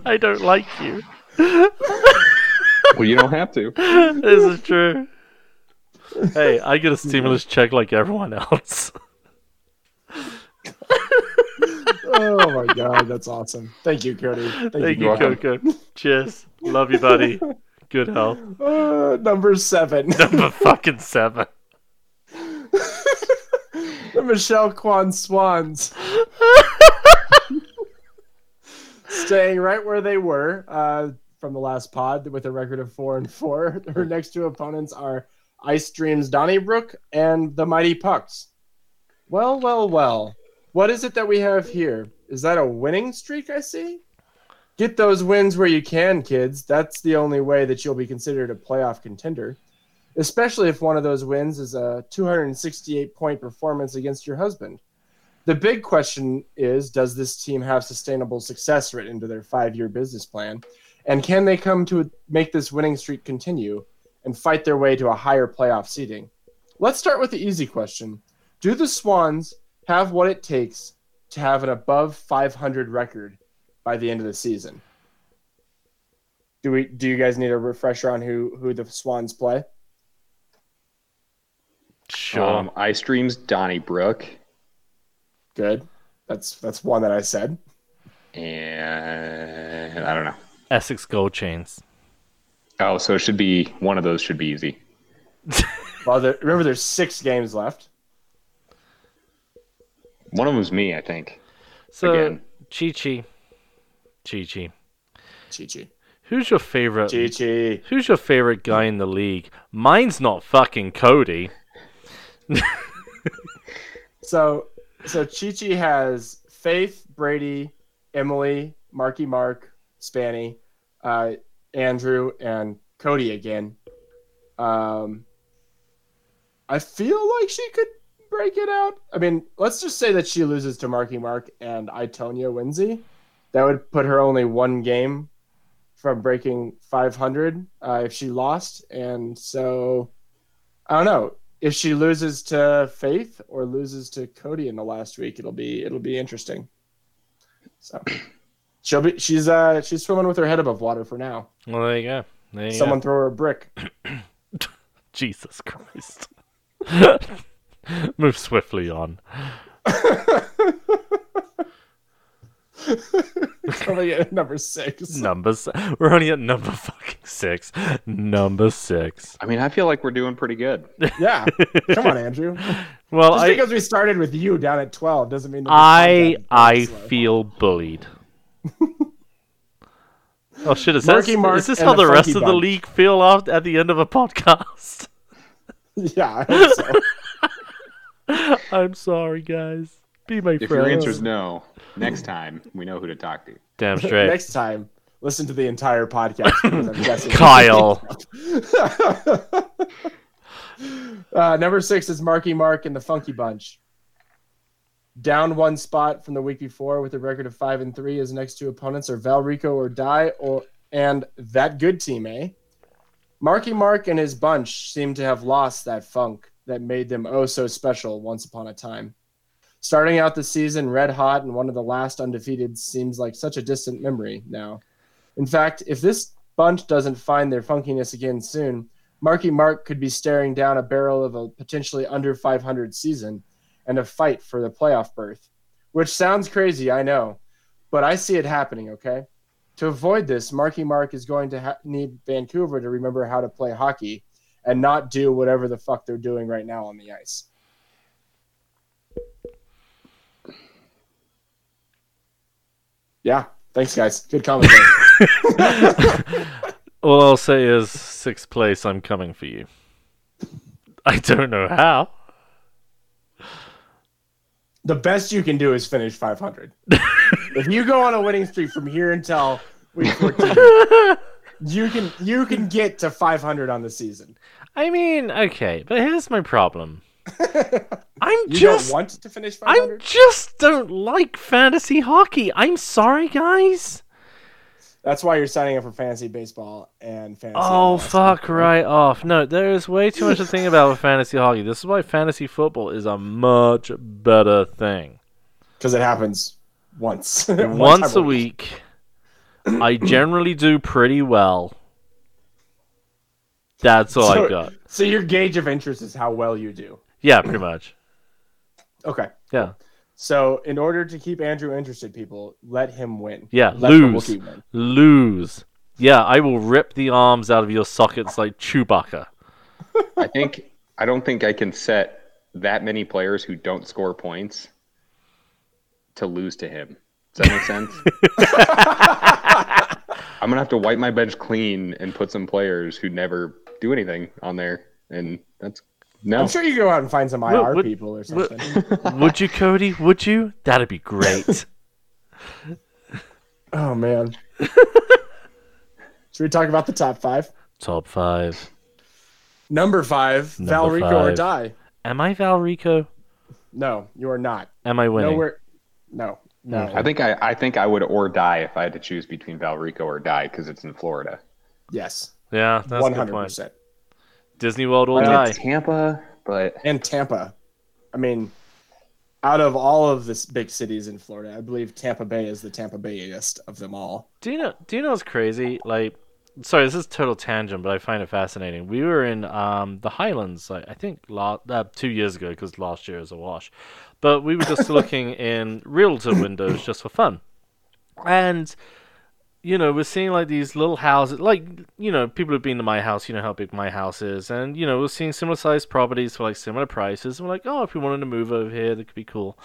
Speaker 1: I don't like you.
Speaker 2: Well, you don't have to.
Speaker 1: This is true. Hey, I get a stimulus check like everyone else.
Speaker 3: Oh my god, that's awesome. Thank you, Cody. Thank,
Speaker 1: Thank
Speaker 3: you.
Speaker 1: you,
Speaker 2: welcome.
Speaker 1: Coco. Cheers. Love you, buddy. Good health.
Speaker 3: Uh, number seven,
Speaker 1: Number fucking seven.
Speaker 3: the Michelle Kwan Swans. Staying right where they were uh, from the last pod with a record of four and four. Her next two opponents are Ice Dreams Donnybrook and the Mighty Pucks. Well, well, well. What is it that we have here? Is that a winning streak I see? Get those wins where you can, kids. That's the only way that you'll be considered a playoff contender, especially if one of those wins is a 268 point performance against your husband. The big question is Does this team have sustainable success written into their five year business plan? And can they come to make this winning streak continue and fight their way to a higher playoff seeding? Let's start with the easy question Do the Swans have what it takes to have an above 500 record by the end of the season? Do we? Do you guys need a refresher on who who the Swans play?
Speaker 1: Sure.
Speaker 2: Um, I streams Donnybrook
Speaker 3: Good. That's that's one that I said.
Speaker 2: and I don't know.
Speaker 1: Essex Gold Chains.
Speaker 2: Oh, so it should be one of those should be easy.
Speaker 3: Well, there, remember, there's six games left.
Speaker 2: One of them was me, I think.
Speaker 1: So,
Speaker 2: Again.
Speaker 1: Chi Chi. Chi Chi.
Speaker 3: Chi Chi.
Speaker 1: Who's your favorite?
Speaker 3: Chi Chi.
Speaker 1: Who's your favorite guy in the league? Mine's not fucking Cody.
Speaker 3: So, so Chi Chi has Faith, Brady, Emily, Marky Mark, Spanny, uh, Andrew, and Cody again. Um, I feel like she could break it out. I mean, let's just say that she loses to Marky Mark and Itonia Winsey. That would put her only one game from breaking 500 uh, if she lost. And so, I don't know if she loses to Faith or loses to Cody in the last week, it'll be it'll be interesting. So she'll be she's uh she's swimming with her head above water for now.
Speaker 1: Well, there you go. There you go.
Speaker 3: Someone throw her a brick.
Speaker 1: Jesus Christ. Move swiftly on.
Speaker 3: Coming in at number six.
Speaker 1: Number s- we're only at number fucking six. Number six.
Speaker 2: I mean, I feel like we're doing pretty good.
Speaker 3: Yeah, come on, Andrew. Just
Speaker 1: Well, I
Speaker 3: because we started with you down at twelve doesn't mean that we
Speaker 1: I
Speaker 3: can't
Speaker 1: I
Speaker 3: slow.
Speaker 1: feel bullied. oh shit! Is,
Speaker 3: Marky
Speaker 1: that,
Speaker 3: Mark
Speaker 1: is this
Speaker 3: and
Speaker 1: how
Speaker 3: the
Speaker 1: the rest
Speaker 3: Funky
Speaker 1: of the
Speaker 3: Bunch.
Speaker 1: league feel after, at the end of a podcast?
Speaker 3: Yeah, I hope so.
Speaker 1: I'm sorry, guys. Be my
Speaker 2: If
Speaker 1: friend.
Speaker 2: your answer's no, next time we know who to talk to.
Speaker 1: Damn straight.
Speaker 3: next time listen to the entire podcast. because I'm guessing-
Speaker 1: Kyle.
Speaker 3: uh, number six is Marky Mark and the Funky Bunch. Down one spot from the week before with a record of five and three. His next two opponents are Valrico or Die or and that good team, eh? Marky Mark and his bunch seem to have lost that funk that made them oh so special once upon a time. Starting out the season red hot and one of the last undefeated seems like such a distant memory now. In fact, if this bunch doesn't find their funkiness again soon, Marky Mark could be staring down a barrel of a potentially under 500 season and a fight for the playoff berth. Which sounds crazy, I know, but I see it happening, okay? To avoid this, Marky Mark is going to ha- need Vancouver to remember how to play hockey and not do whatever the fuck they're doing right now on the ice. Yeah, thanks guys. Good commentary.
Speaker 1: All I'll say is sixth place. I'm coming for you. I don't know how.
Speaker 3: the best you can do is finish 500. if you go on a winning streak from here until week 14, you can you can get to 500 on the season.
Speaker 1: I mean, okay, but here's my problem. I'm
Speaker 3: You
Speaker 1: just
Speaker 3: don't want to finish
Speaker 1: I
Speaker 3: 500.
Speaker 1: just don't like fantasy hockey. I'm sorry, guys.
Speaker 3: That's why you're signing up for fantasy baseball and fantasy.
Speaker 1: Oh,
Speaker 3: baseball.
Speaker 1: fuck right off. No, there is way too much to think about with fantasy hockey. This is why fantasy football is a much better thing.
Speaker 3: Because it happens once. One
Speaker 1: Once
Speaker 3: time
Speaker 1: a week, I generally do pretty well. That's all
Speaker 3: So,
Speaker 1: I've got.
Speaker 3: so your gauge of interest is how well you do.
Speaker 1: Yeah, pretty much.
Speaker 3: Okay.
Speaker 1: Yeah.
Speaker 3: So in order to keep Andrew interested, people, let him win.
Speaker 1: Yeah,
Speaker 3: Let
Speaker 1: lose.
Speaker 3: the Wookiee win.
Speaker 1: Lose. Yeah, I will rip the arms out of your sockets like Chewbacca.
Speaker 2: I think I don't think I can set that many players who don't score points to lose to him. Does that make sense? I'm gonna have to wipe my bench clean and put some players who never do anything on there, and that's no.
Speaker 3: I'm sure you go out and find some IR
Speaker 1: what-
Speaker 3: people or
Speaker 1: what-
Speaker 3: something.
Speaker 1: Would you, Cody? Would you? That'd be great.
Speaker 3: Oh man. Should we talk about the top five?
Speaker 1: Top five.
Speaker 3: Number five,
Speaker 1: Number
Speaker 3: Valrico or
Speaker 1: five.
Speaker 3: Die.
Speaker 1: Am I Valrico?
Speaker 3: No, you are not.
Speaker 1: Am I winning?
Speaker 3: Nowhere. No. No.
Speaker 2: I think I, I think I would or die if I had to choose between Valrico or die because it's in Florida.
Speaker 3: Yes.
Speaker 1: yeah, that's
Speaker 3: One
Speaker 1: a good
Speaker 3: hundred
Speaker 1: point.
Speaker 3: percent.
Speaker 1: Disney World will
Speaker 3: I mean,
Speaker 2: I
Speaker 1: die.
Speaker 2: mean, Tampa, but
Speaker 3: And Tampa. I mean, out of all of this big cities in Florida, I believe Tampa Bay is the Tampa Bayest of them all.
Speaker 1: Do you know? Do you know what's crazy? Like, sorry, this is total tangent, but I find it fascinating. We were in um, the Highlands, like, I think, la- uh, two years ago, because last year was a wash. But we were just looking in realtor windows just for fun, and you know, we're seeing like these little houses, like you know, people who've been to my house, you know how big my house is, and you know, we're seeing similar sized properties for like similar prices. And we're like, oh, if we wanted to move over here, that could be cool.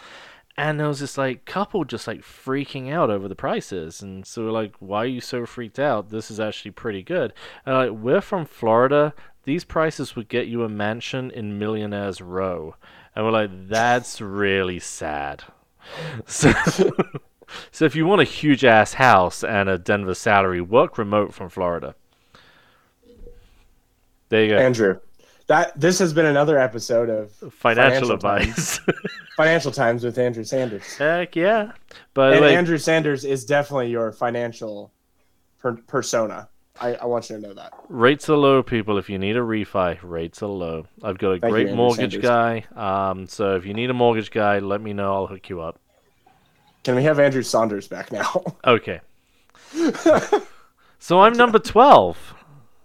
Speaker 1: And there was this like couple just like freaking out over the prices, and so we're like, why are you so freaked out? This is actually pretty good. And like, we're from Florida. These prices would get you a mansion in Millionaire's Row, and we're like, that's really sad. So. So if you want a huge ass house and a Denver salary, work remote from Florida. There you go.
Speaker 3: Andrew, that this has been another episode of
Speaker 1: financial,
Speaker 3: financial
Speaker 1: advice.
Speaker 3: Financial Times with Andrew Sanders.
Speaker 1: Heck yeah. By the
Speaker 3: and
Speaker 1: way,
Speaker 3: Andrew Sanders is definitely your financial per- persona. I, I want you to know that.
Speaker 1: rates are low, people. If you need a refi, rates are low. I've got a
Speaker 3: Thank you,
Speaker 1: great
Speaker 3: Andrew
Speaker 1: mortgage
Speaker 3: Sanders.
Speaker 1: guy. Um, so if you need a mortgage guy, let me know. I'll hook you up.
Speaker 3: Can we have Andrew Saunders back now?
Speaker 1: Okay. so I'm number 12.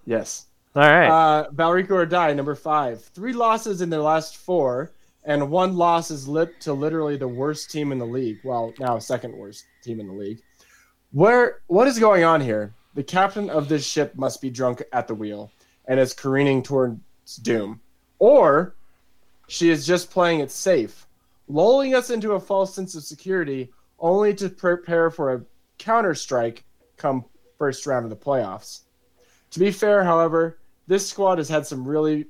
Speaker 3: yes.
Speaker 1: All right.
Speaker 3: Uh, Valrico or die, number five. Three losses in their last four, and one loss is lip to literally the worst team in the league. Well, now second worst team in the league. Where what is going on here? The captain of this ship must be drunk at the wheel and is careening towards doom, or she is just playing it safe, lulling us into a false sense of security, only to prepare for a counter strike come first round of the playoffs. To be fair, however, this squad has had some really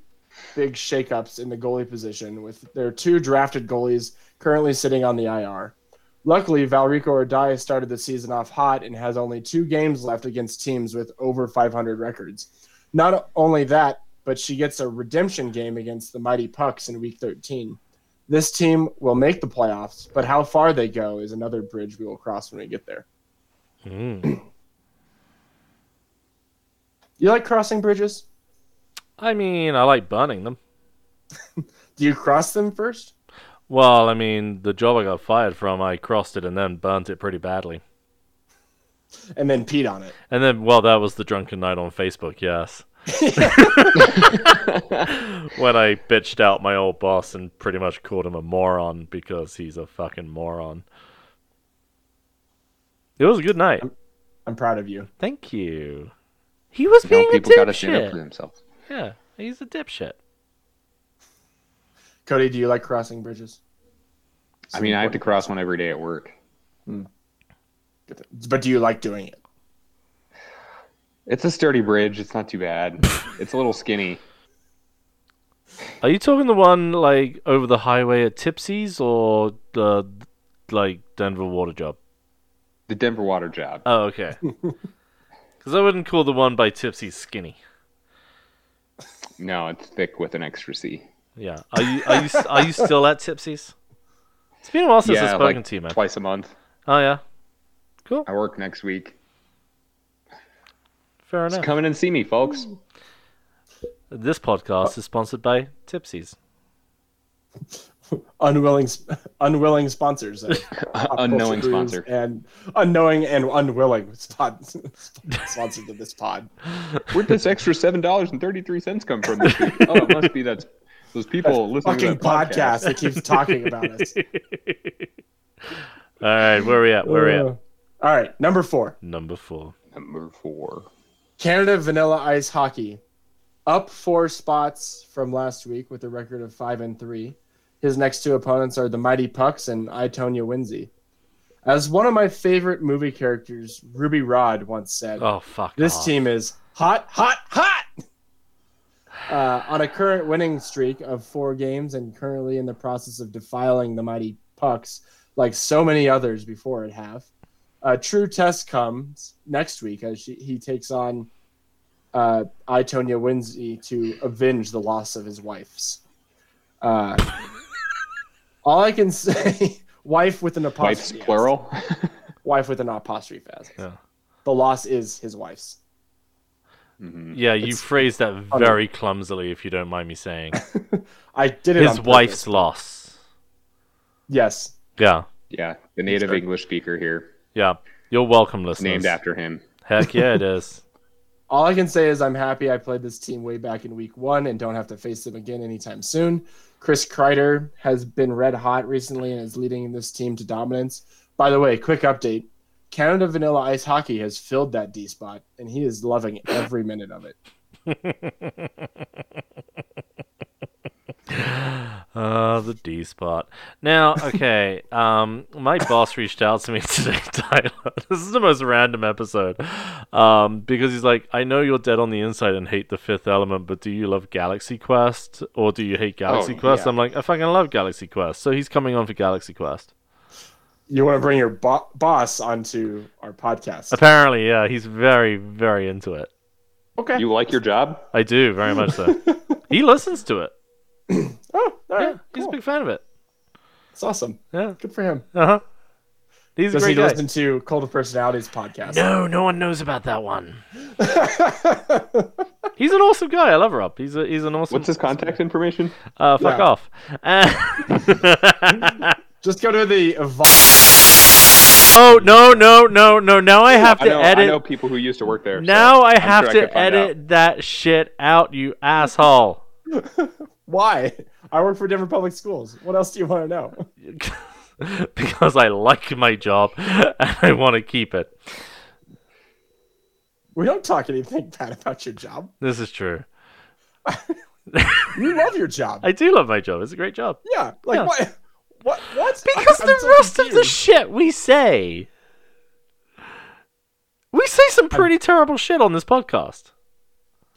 Speaker 3: big shakeups in the goalie position, with their two drafted goalies currently sitting on the IR. Luckily, Valrico Ordai started the season off hot and has only two games left against teams with over 500 records. Not only that, but she gets a redemption game against the Mighty Pucks in Week 13. This team will make the playoffs, but how far they go is another bridge we will cross when we get there.
Speaker 1: Mm.
Speaker 3: You like crossing bridges?
Speaker 1: I mean, I like burning them.
Speaker 3: Do you cross them first?
Speaker 1: Well, I mean, the job I got fired from, I crossed it and then burnt it pretty badly.
Speaker 3: And then Pete on it.
Speaker 1: And then, well, that was the drunken night on Facebook, yes. when I bitched out my old boss and pretty much called him a moron because he's a fucking moron. It was a good
Speaker 2: Um,
Speaker 1: night.
Speaker 3: I'm proud of you.
Speaker 1: Thank you. He was
Speaker 2: you know,
Speaker 1: being a
Speaker 2: people got to stand up for
Speaker 1: dipshit.
Speaker 2: themselves.
Speaker 1: Yeah, he's a dipshit.
Speaker 3: Cody, do you like crossing bridges?
Speaker 2: I mean, I have to cross one every day at work.
Speaker 3: But do you like doing it?
Speaker 2: It's a sturdy bridge. It's not too bad. it's a little skinny.
Speaker 1: Are you talking the one like over the highway at Tipsy's or the like Denver water job?
Speaker 2: The Denver water job.
Speaker 1: Oh, okay. Because I wouldn't call the one by Tipsy's skinny.
Speaker 2: No, it's thick with an extra C.
Speaker 1: Yeah. Are you are you are you still at Tipsy's? It's been a while since I've
Speaker 2: yeah,
Speaker 1: spoken
Speaker 2: like
Speaker 1: to you, man.
Speaker 2: twice a month.
Speaker 1: Oh yeah.
Speaker 2: I work next week.
Speaker 1: Fair
Speaker 2: Just
Speaker 1: enough.
Speaker 2: come in and see me, folks.
Speaker 1: This podcast is sponsored by Tipsy's.
Speaker 3: Unwilling, unwilling sponsors, of pop
Speaker 2: unknowing
Speaker 3: culture brews
Speaker 2: sponsor.
Speaker 3: and unknowing and unwilling spon- sponsors of this pod.
Speaker 2: Where'd this extra seven dollars and thirty three cents come from this week? Oh, it must be that's those people listening to
Speaker 3: Fucking
Speaker 2: that podcast.
Speaker 3: podcast that keeps talking about us.
Speaker 1: All right, where are we at? Where are we
Speaker 3: Uh,
Speaker 1: at?
Speaker 3: All right, number four.
Speaker 1: Number four.
Speaker 2: Number four.
Speaker 3: Canada Vanilla Ice Hockey, up four spots from last week with a record of five and three. His next two opponents are the Mighty Pucks and I Tonya Winsey. As one of my favorite movie characters, Ruby Rod once said,
Speaker 1: Oh fuck.
Speaker 3: "This
Speaker 1: off.
Speaker 3: team is hot, hot, hot." Uh, on a current winning streak of four games and currently in the process of defiling the Mighty Pucks, like so many others before it have. A true test comes next week as she, he takes on uh, I, Tonya Winsey, to avenge the loss of his wife's. Uh, All I can say, wife with an
Speaker 2: Wife's
Speaker 3: apostrophe.
Speaker 2: plural.
Speaker 3: Wife with an apostrophe. As.
Speaker 1: Yeah.
Speaker 3: The loss is his wife's.
Speaker 2: Mhm.
Speaker 1: Yeah, you
Speaker 3: It's-
Speaker 1: phrased that
Speaker 3: Oh, no.
Speaker 1: very clumsily, if you don't mind me saying.
Speaker 3: I did it. on
Speaker 1: His
Speaker 3: purpose.
Speaker 1: wife's loss.
Speaker 3: Yes.
Speaker 1: Yeah,
Speaker 2: Yeah, the native
Speaker 1: Sure.
Speaker 2: English speaker here,
Speaker 1: yeah. You're welcome, listeners.
Speaker 2: named after him.
Speaker 1: Heck yeah, it is.
Speaker 3: All I can say is I'm happy I played this team way back in week one and don't have to face them again anytime soon. Chris Kreider has been red hot recently and is leading this team to dominance. By the way, quick update Canada Vanilla Ice Hockey has filled that D spot, and he is loving every minute of it.
Speaker 1: Uh, the D spot. Now, okay. Um, my boss reached out to me today, Tyler. This is the most random episode. Um, because he's like, I know you're dead on the inside and hate the Fifth Element, but do you love Galaxy Quest or do you hate Galaxy
Speaker 2: Oh,
Speaker 1: Quest?
Speaker 3: yeah.
Speaker 1: I'm like, I fucking love Galaxy Quest. So he's coming on for Galaxy Quest.
Speaker 3: You want to bring your bo- boss onto our podcast.
Speaker 1: Apparently, yeah, he's very, very into it.
Speaker 3: Okay.
Speaker 2: You like your job?
Speaker 1: I do very much so. he listens to it.
Speaker 3: oh, all right.
Speaker 1: Yeah, he's a
Speaker 3: cool.
Speaker 1: big fan of it.
Speaker 3: It's awesome.
Speaker 1: Yeah.
Speaker 3: Good for him.
Speaker 1: Uh huh. He's a
Speaker 3: Does he
Speaker 1: great guy.
Speaker 3: listen to Cult of Personalities podcast?
Speaker 1: No, no one knows about that one. He's an awesome guy. I love Rob. He's a, he's an awesome.
Speaker 2: What's his contact information?
Speaker 1: Uh, fuck
Speaker 3: Yeah.
Speaker 1: off. Uh,
Speaker 3: Just go to the Evolve.
Speaker 1: oh no no no no! Now I have
Speaker 2: I
Speaker 1: to
Speaker 2: know, I know
Speaker 1: edit.
Speaker 2: people who used to work there. so
Speaker 1: Now I
Speaker 2: I'm
Speaker 1: have
Speaker 2: sure I could
Speaker 1: to
Speaker 2: find
Speaker 1: edit that shit out, you asshole.
Speaker 3: Why? I work for Denver Public Schools. What else do you want to know?
Speaker 1: because I like my job and I want to keep it.
Speaker 3: We don't talk anything bad about your job.
Speaker 1: This is true.
Speaker 3: You love your job.
Speaker 1: I do love my job. It's a great job.
Speaker 3: yeah. Like
Speaker 1: Yeah.
Speaker 3: what? What? What?
Speaker 1: Because
Speaker 3: I'm
Speaker 1: the
Speaker 3: so
Speaker 1: rest of the
Speaker 3: confused.
Speaker 1: shit we say, we say some pretty terrible shit on this podcast.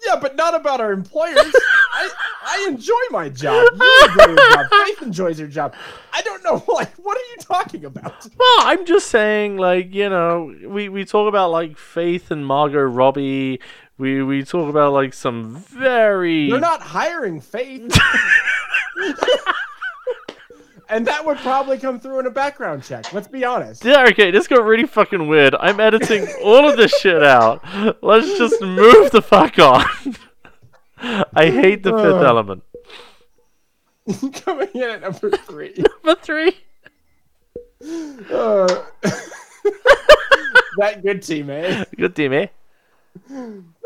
Speaker 3: yeah, but not about our employers. I I enjoy my job. You enjoy your job. Faith enjoys her job. I don't know. Like, what are you talking about?
Speaker 1: Well, I'm just saying, like you know, we, we talk about like Faith and Margot Robbie. We we talk about like some very
Speaker 3: You're not hiring Faith. and that would probably come through in a background check. Let's be honest.
Speaker 1: Yeah, okay, this got really fucking weird. I'm editing all of this shit out. Let's just move the fuck on. I hate the fifth
Speaker 3: Ugh.
Speaker 1: element.
Speaker 3: Coming in at number three.
Speaker 1: Number three.
Speaker 3: Uh, that good team, eh?
Speaker 1: Good team, eh?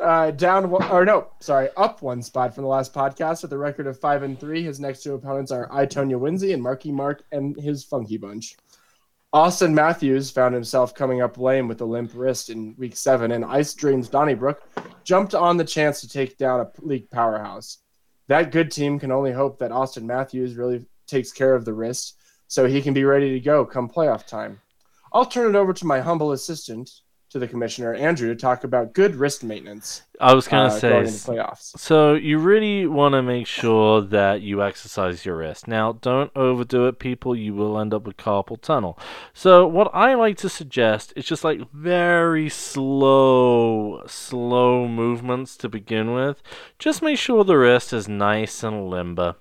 Speaker 3: Uh, down one, or no, sorry, up one spot from the last podcast with a record of five and three. His next two opponents are I Tonya Winsey and Marky Mark and his Funky Bunch. Austin Matthews found himself coming up lame with a limp wrist in week seven, and Ice Dreams Donnybrook jumped on the chance to take down a league powerhouse. That good team can only hope that Austin Matthews really takes care of the wrist so he can be ready to go come playoff time. I'll turn it over to my humble assistant to the commissioner, Andrew, to talk about good wrist maintenance
Speaker 1: I was gonna
Speaker 3: uh,
Speaker 1: say.
Speaker 3: going into playoffs.
Speaker 1: So you really want to make sure that you exercise your wrist. Now, don't overdo it, people. You will end up with carpal tunnel. So what I like to suggest is just like very slow, slow movements to begin with. Just make sure the wrist is nice and limber.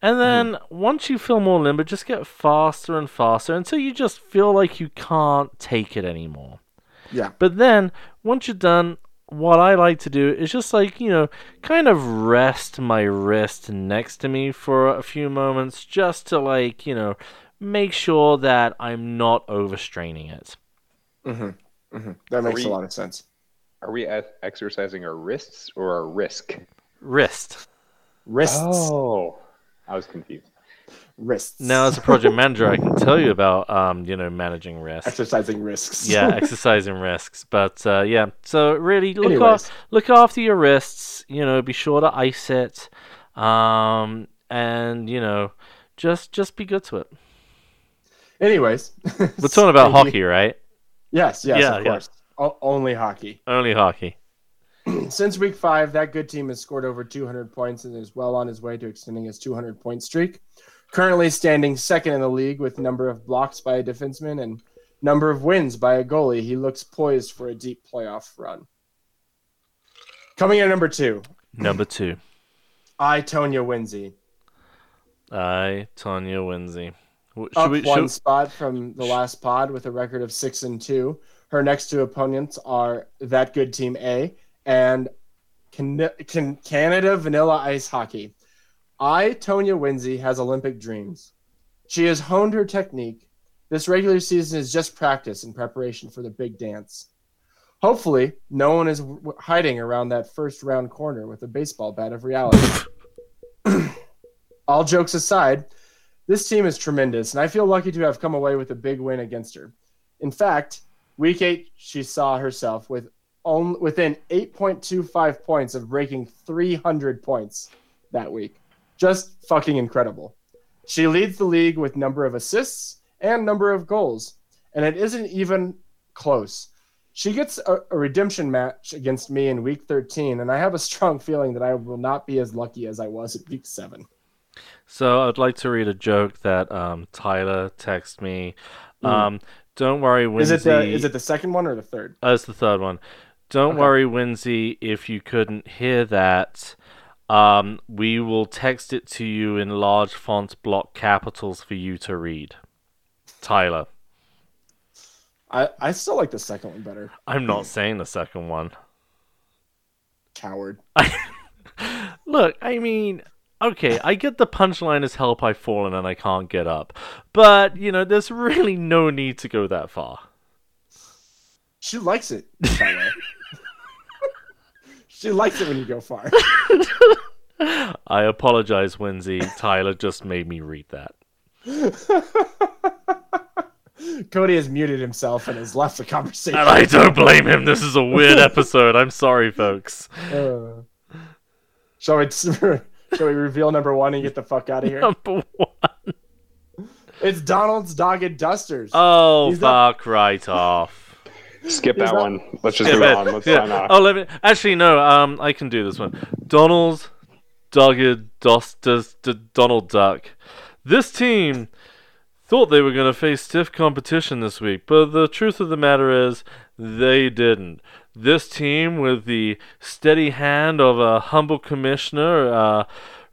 Speaker 1: And then once you feel more limber, just get faster and faster until you just feel like you can't take it anymore.
Speaker 3: Yeah.
Speaker 1: But then once you're done, what I like to do is just like, you know, kind of rest my wrist next to me for a few moments just to like, you know, make sure that I'm not overstraining it.
Speaker 3: That makes
Speaker 2: Three.
Speaker 3: a lot of sense.
Speaker 2: out. Are we ex- exercising our wrists or our risk?
Speaker 1: Wrist.
Speaker 3: Wrists.
Speaker 2: Oh, I was confused.
Speaker 3: Wrists.
Speaker 1: Now as a project manager, I can tell you about um, you know, managing wrist.
Speaker 3: exercising risks.
Speaker 1: yeah, exercising risks. But uh, yeah, so really look
Speaker 3: Anyways.
Speaker 1: off, look after your wrists. You know, be sure to ice it, um, and you know, just just be good to it.
Speaker 3: Anyways.
Speaker 1: We're talking about hockey, right?
Speaker 3: Yes, yes,
Speaker 1: Yeah,
Speaker 3: of
Speaker 1: yeah.
Speaker 3: course. O- only hockey.
Speaker 1: Only hockey.
Speaker 3: Since week five, that good team has scored over 200 points and is well on his way to extending his 200 point streak. Currently standing second in the league with number of blocks by a defenseman and number of wins by a goalie, he looks poised for a deep playoff run. Coming in at number two,
Speaker 1: Number two,
Speaker 3: I Tonya Winsey.
Speaker 1: I Tanya Winsey. W- Should
Speaker 3: up
Speaker 1: we,
Speaker 3: one
Speaker 1: should,
Speaker 3: spot from the last pod with a record of six and two. Her next two opponents are that good team A and Can- Can- Canada Vanilla Ice Hockey. I, Tonya Winsey, has Olympic dreams. She has honed her technique. This regular season is just practice in preparation for the big dance. Hopefully, no one is w- hiding around that first round corner with a baseball bat of reality. All jokes aside, this team is tremendous, and I feel lucky to have come away with a big win against her. In fact, week eight, she saw herself with on, within 8.25 points of breaking 300 points that week. Just fucking incredible. She leads the league with number of assists and number of goals, and it isn't even close. She gets a, a redemption match against me in week 13, and I have a strong feeling that I will not be as lucky as I was at week seven.
Speaker 1: So I'd like to read a joke that um, Tyler texted me.
Speaker 3: Mm.
Speaker 1: Um, don't worry, Winsy.
Speaker 3: Is it the is it the second one or the third?
Speaker 1: Oh, it's the third one. Don't
Speaker 3: Okay.
Speaker 1: worry, Winsy, if you couldn't hear that. Um, we will text it to you in large font block capitals for you to read. Tyler,
Speaker 3: I, I still like the second one better.
Speaker 1: I'm not saying the second one.
Speaker 3: Coward.
Speaker 1: Look, I mean, okay, I get the punchline is help I've fallen and I can't get up. But, you know, there's really no need to go that far.
Speaker 3: She likes it. that way. she likes it when you go far.
Speaker 1: I apologize, Winsy. Tyler just made me read that.
Speaker 3: Cody has muted himself and has left the conversation.
Speaker 1: And I don't blame him. This is a weird episode. I'm sorry, folks.
Speaker 3: Uh, shall we shall we reveal number one and get the fuck out of here?
Speaker 1: Number one.
Speaker 3: It's Donald's dogged dusters.
Speaker 1: Oh,
Speaker 3: He's
Speaker 1: fuck right off.
Speaker 2: Skip
Speaker 3: Is
Speaker 2: that
Speaker 3: that-
Speaker 2: one. Let's just
Speaker 1: Yeah,
Speaker 2: move
Speaker 1: but-
Speaker 2: on. Let's
Speaker 1: yeah.
Speaker 2: sign off.
Speaker 1: Oh, let me. Actually, no. Um, I can do this one. Donald, dogged, dos, does, D- Donald Duck. This team thought they were going to face stiff competition this week, but the truth of the matter is they didn't. This team, with the steady hand of a humble commissioner, uh,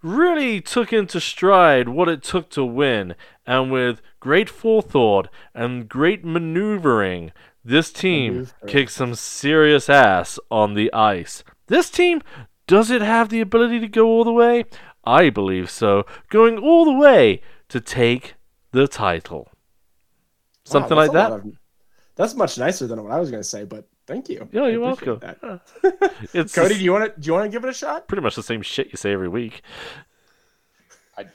Speaker 1: really took into stride what it took to win, and with great forethought and great maneuvering, this team
Speaker 3: Maneuvering.
Speaker 1: kicked some serious ass on the ice. This team, does it have the ability to go all the way? I believe so. Going all the way to take the title.
Speaker 3: Wow,
Speaker 1: Something like
Speaker 3: that's a lot
Speaker 1: that.
Speaker 3: of- that's much nicer than what I was going to say, but thank you.
Speaker 1: Yeah,
Speaker 3: I
Speaker 1: you're
Speaker 3: appreciate
Speaker 1: welcome.
Speaker 3: that.
Speaker 1: It's
Speaker 3: Cody, do you want to do you want to give it a shot?
Speaker 1: pretty much the same shit you say every week.
Speaker 2: I,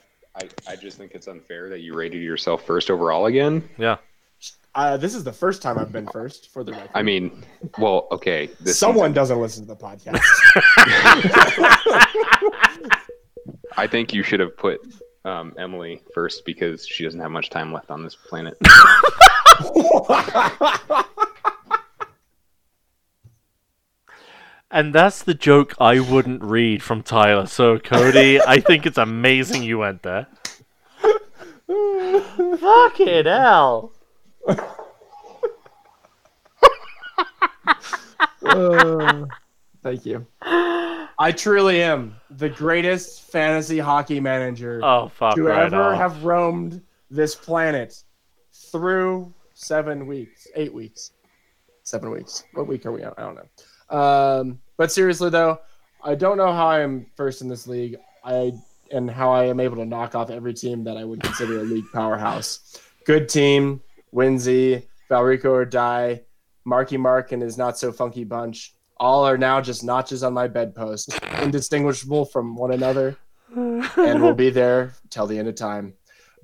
Speaker 2: I just think it's unfair that you rated yourself first overall again.
Speaker 1: Yeah.
Speaker 3: Uh, this is the first time I've been first for the record.
Speaker 2: I mean, well, okay. This
Speaker 3: Someone doesn't listen to the podcast.
Speaker 2: I think you should have put um, Emily first because she doesn't have much time left on this planet.
Speaker 1: And that's the joke I wouldn't read from Tyler. So, Cody, I think it's amazing you went there.
Speaker 4: Fucking hell.
Speaker 3: thank you. Uh, I truly am the greatest fantasy hockey manager
Speaker 1: Oh, fuck
Speaker 3: to
Speaker 1: right
Speaker 3: ever
Speaker 1: off.
Speaker 3: have roamed this planet through seven weeks, eight weeks, seven weeks. What week are we on? I don't know. Um, but seriously, though, I don't know how I am first in this league. I and how I am able to knock off every team that I would consider a league powerhouse. Good team, Winsey, Valrico or Die, Marky Mark and his not so funky bunch. All are now just notches on my bedpost, indistinguishable from one another and will be there till the end of time.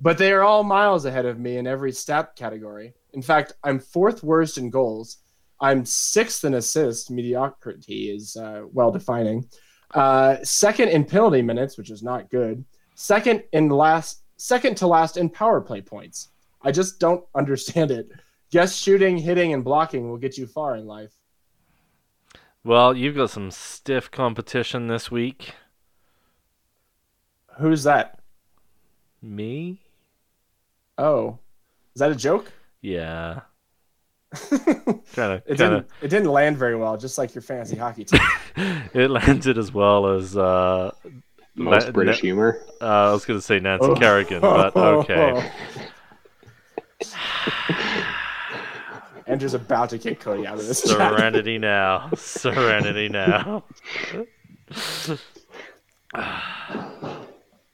Speaker 3: But they are all miles ahead of me in every stat category. In fact, I'm fourth worst in goals. I'm sixth in assists. Mediocrity is uh, well defining. Uh, second in penalty minutes, which is not good. Second in last, second to last in power play points. I just don't understand it. Guess shooting, hitting, and blocking will get you far in life.
Speaker 1: Well, you've got some stiff competition this week.
Speaker 3: Who's that?
Speaker 1: Me?
Speaker 3: Oh, is that a joke?
Speaker 1: Yeah.
Speaker 3: it
Speaker 1: Kind of.
Speaker 3: didn't. It didn't land very well. Just like your fantasy hockey team.
Speaker 1: It landed as well as uh,
Speaker 2: Most
Speaker 1: Let-
Speaker 2: British
Speaker 1: let-
Speaker 2: humor.
Speaker 1: uh, I was going to say Nancy
Speaker 3: Oh.
Speaker 1: Kerrigan, but okay.
Speaker 3: Andrew's about to kick Cody out of this chat.
Speaker 1: Serenity now. Serenity now.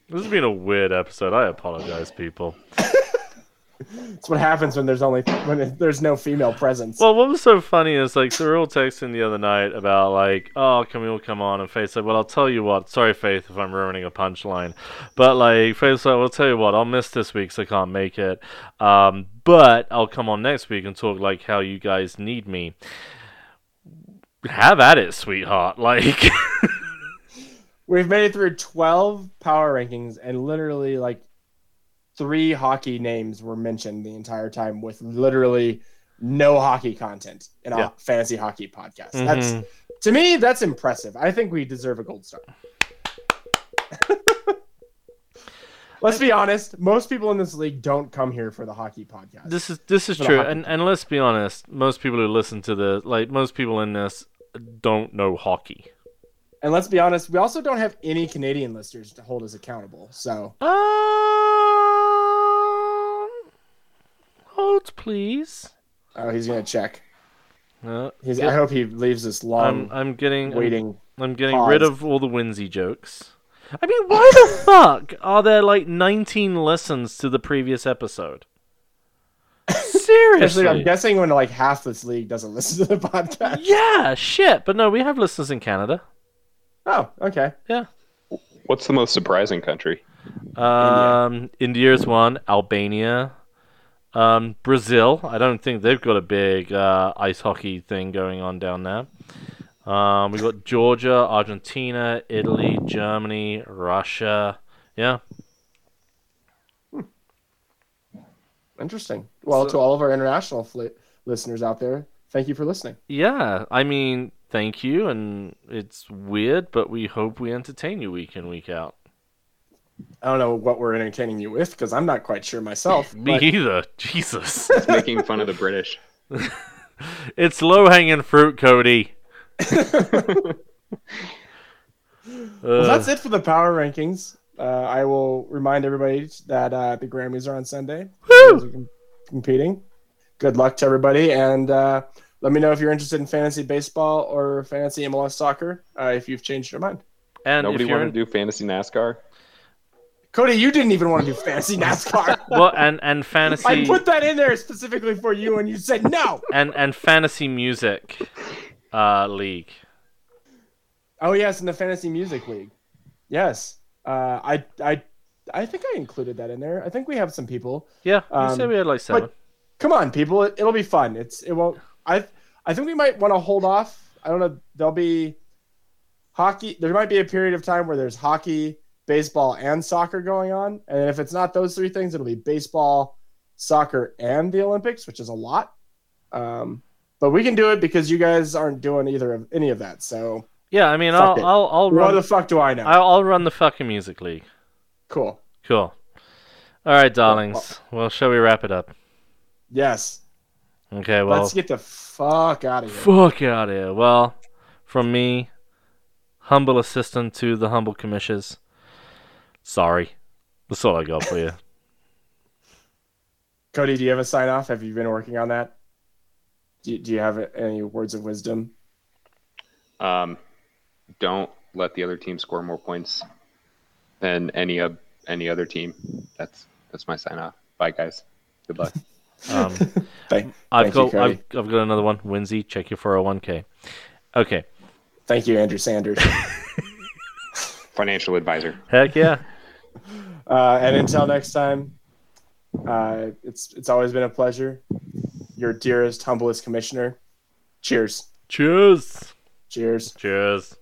Speaker 1: this has been a weird episode. I apologize, people.
Speaker 3: That's what happens when there's only when there's no female presence.
Speaker 1: Well, what was so funny is like so we were all texting the other night about like, oh, can we all come on? And Faith said, well, I'll tell you what. Sorry, Faith, if I'm ruining a punchline, but like Faith said, well, I'll tell you what. I'll miss this week, so I can't make it. Um, but I'll come on next week and talk like how you guys need me. Have at it, sweetheart. Like,
Speaker 3: We've made it through 12 power rankings, and literally, like, three hockey names were mentioned the entire time with literally no hockey content in a
Speaker 1: Yeah. Mm-hmm.
Speaker 3: fantasy hockey podcast. That's to me, that's impressive. I think we deserve a gold star. Let's be honest, most people in this league don't come here for the hockey podcast.
Speaker 1: this is this is
Speaker 3: For the
Speaker 1: true
Speaker 3: hockey
Speaker 1: and and let's be honest most people who listen to the like most people in this don't know hockey
Speaker 3: and let's be honest, we also don't have any Canadian listeners to hold us accountable. So
Speaker 1: um, hold please
Speaker 3: oh, he's gonna check.
Speaker 1: no,
Speaker 3: He's,
Speaker 1: Yeah. Um,
Speaker 3: I hope he leaves this long
Speaker 1: i'm i'm getting
Speaker 3: Um, waiting.
Speaker 1: i'm, I'm getting
Speaker 3: pause.
Speaker 1: rid of all the whimsy jokes i mean why the fuck are there like 19 lessons to the previous episode
Speaker 3: Especially, I'm
Speaker 1: seriously
Speaker 3: guessing when like half this league doesn't listen to the podcast.
Speaker 1: yeah shit but no we have listeners in canada
Speaker 3: Oh, okay.
Speaker 1: yeah
Speaker 2: What's the most surprising country?
Speaker 1: Um, India's one. Albania, um, Brazil. I don't think they've got a big uh, ice hockey thing going on down there. Um, we've got Georgia, Argentina, Italy, Germany, Russia. Yeah,
Speaker 3: Interesting. Well, to all of our international fl- listeners out there, thank you for listening.
Speaker 1: yeah. I mean, thank you, and it's weird, but we hope we entertain you week in week out.
Speaker 3: I don't know what we're entertaining you with because I'm not quite sure myself.
Speaker 1: Me
Speaker 3: but
Speaker 1: either. Jesus,
Speaker 2: It's making fun of the British.
Speaker 1: it's low hanging fruit, Cody. Uh,
Speaker 3: well,
Speaker 1: Ugh.
Speaker 3: that's it for the power rankings. Uh, I will remind everybody that uh, the Grammys are on Sunday. Those who com- Competing. Good luck to everybody, and uh, let me know if you're interested in fantasy baseball or fantasy MLS soccer. Uh, if you've changed your mind,
Speaker 1: And
Speaker 2: Nobody
Speaker 1: if you're
Speaker 2: wanted
Speaker 1: in-
Speaker 2: to do fantasy NASCAR.
Speaker 3: Cody, you didn't even want to do fantasy NASCAR.
Speaker 1: well, and and fantasy
Speaker 3: I put that in there specifically for you, and you said no.
Speaker 1: and and fantasy music uh, league.
Speaker 3: Oh yes, in the fantasy music league. Yes, uh, I I I think I included that in there. I think we have some people.
Speaker 1: Yeah, you
Speaker 3: Um,
Speaker 1: said we had like seven.
Speaker 3: but- Come on, people! It, it'll be fun. It's it won't. I I think we might want to hold off. I don't know. There'll be hockey. There might be a period of time where there's hockey, baseball, and soccer going on. And if it's not those three things, it'll be baseball, soccer, and the Olympics, which is a lot. Um, but we can do it because you guys aren't doing either of any of that. So
Speaker 1: yeah, I mean,
Speaker 3: fuck
Speaker 1: I'll,
Speaker 3: it.
Speaker 1: I'll I'll
Speaker 3: what
Speaker 1: run
Speaker 3: the fuck do I know?
Speaker 1: I'll, I'll run the fucking music league.
Speaker 3: Cool.
Speaker 1: Cool. All right, darlings. Well, shall we wrap it up?
Speaker 3: Yes.
Speaker 1: Okay. Well,
Speaker 3: Let's get the fuck out of here.
Speaker 1: fuck out here. Well, from me, humble assistant to the humble commissioners. Sorry, that's all I got for you.
Speaker 3: Cody, do you have a sign off? Have you been working on that? Do, do you have any words of wisdom?
Speaker 2: Um, don't let the other team score more points than any of any other team. That's that's my sign off. Bye guys. Good luck.
Speaker 1: Um,
Speaker 3: Thank,
Speaker 1: I've
Speaker 3: thank you,
Speaker 1: got I've,
Speaker 3: Cody.
Speaker 1: I've got another one. Winsy, check your 401k. Okay.
Speaker 3: Thank you, Andrew Sanders.
Speaker 2: Financial advisor.
Speaker 1: Heck yeah.
Speaker 3: uh, and until next time, uh, it's it's always been a pleasure. Your dearest, humblest commissioner. Cheers.
Speaker 1: Cheers.
Speaker 3: Cheers.
Speaker 1: Cheers.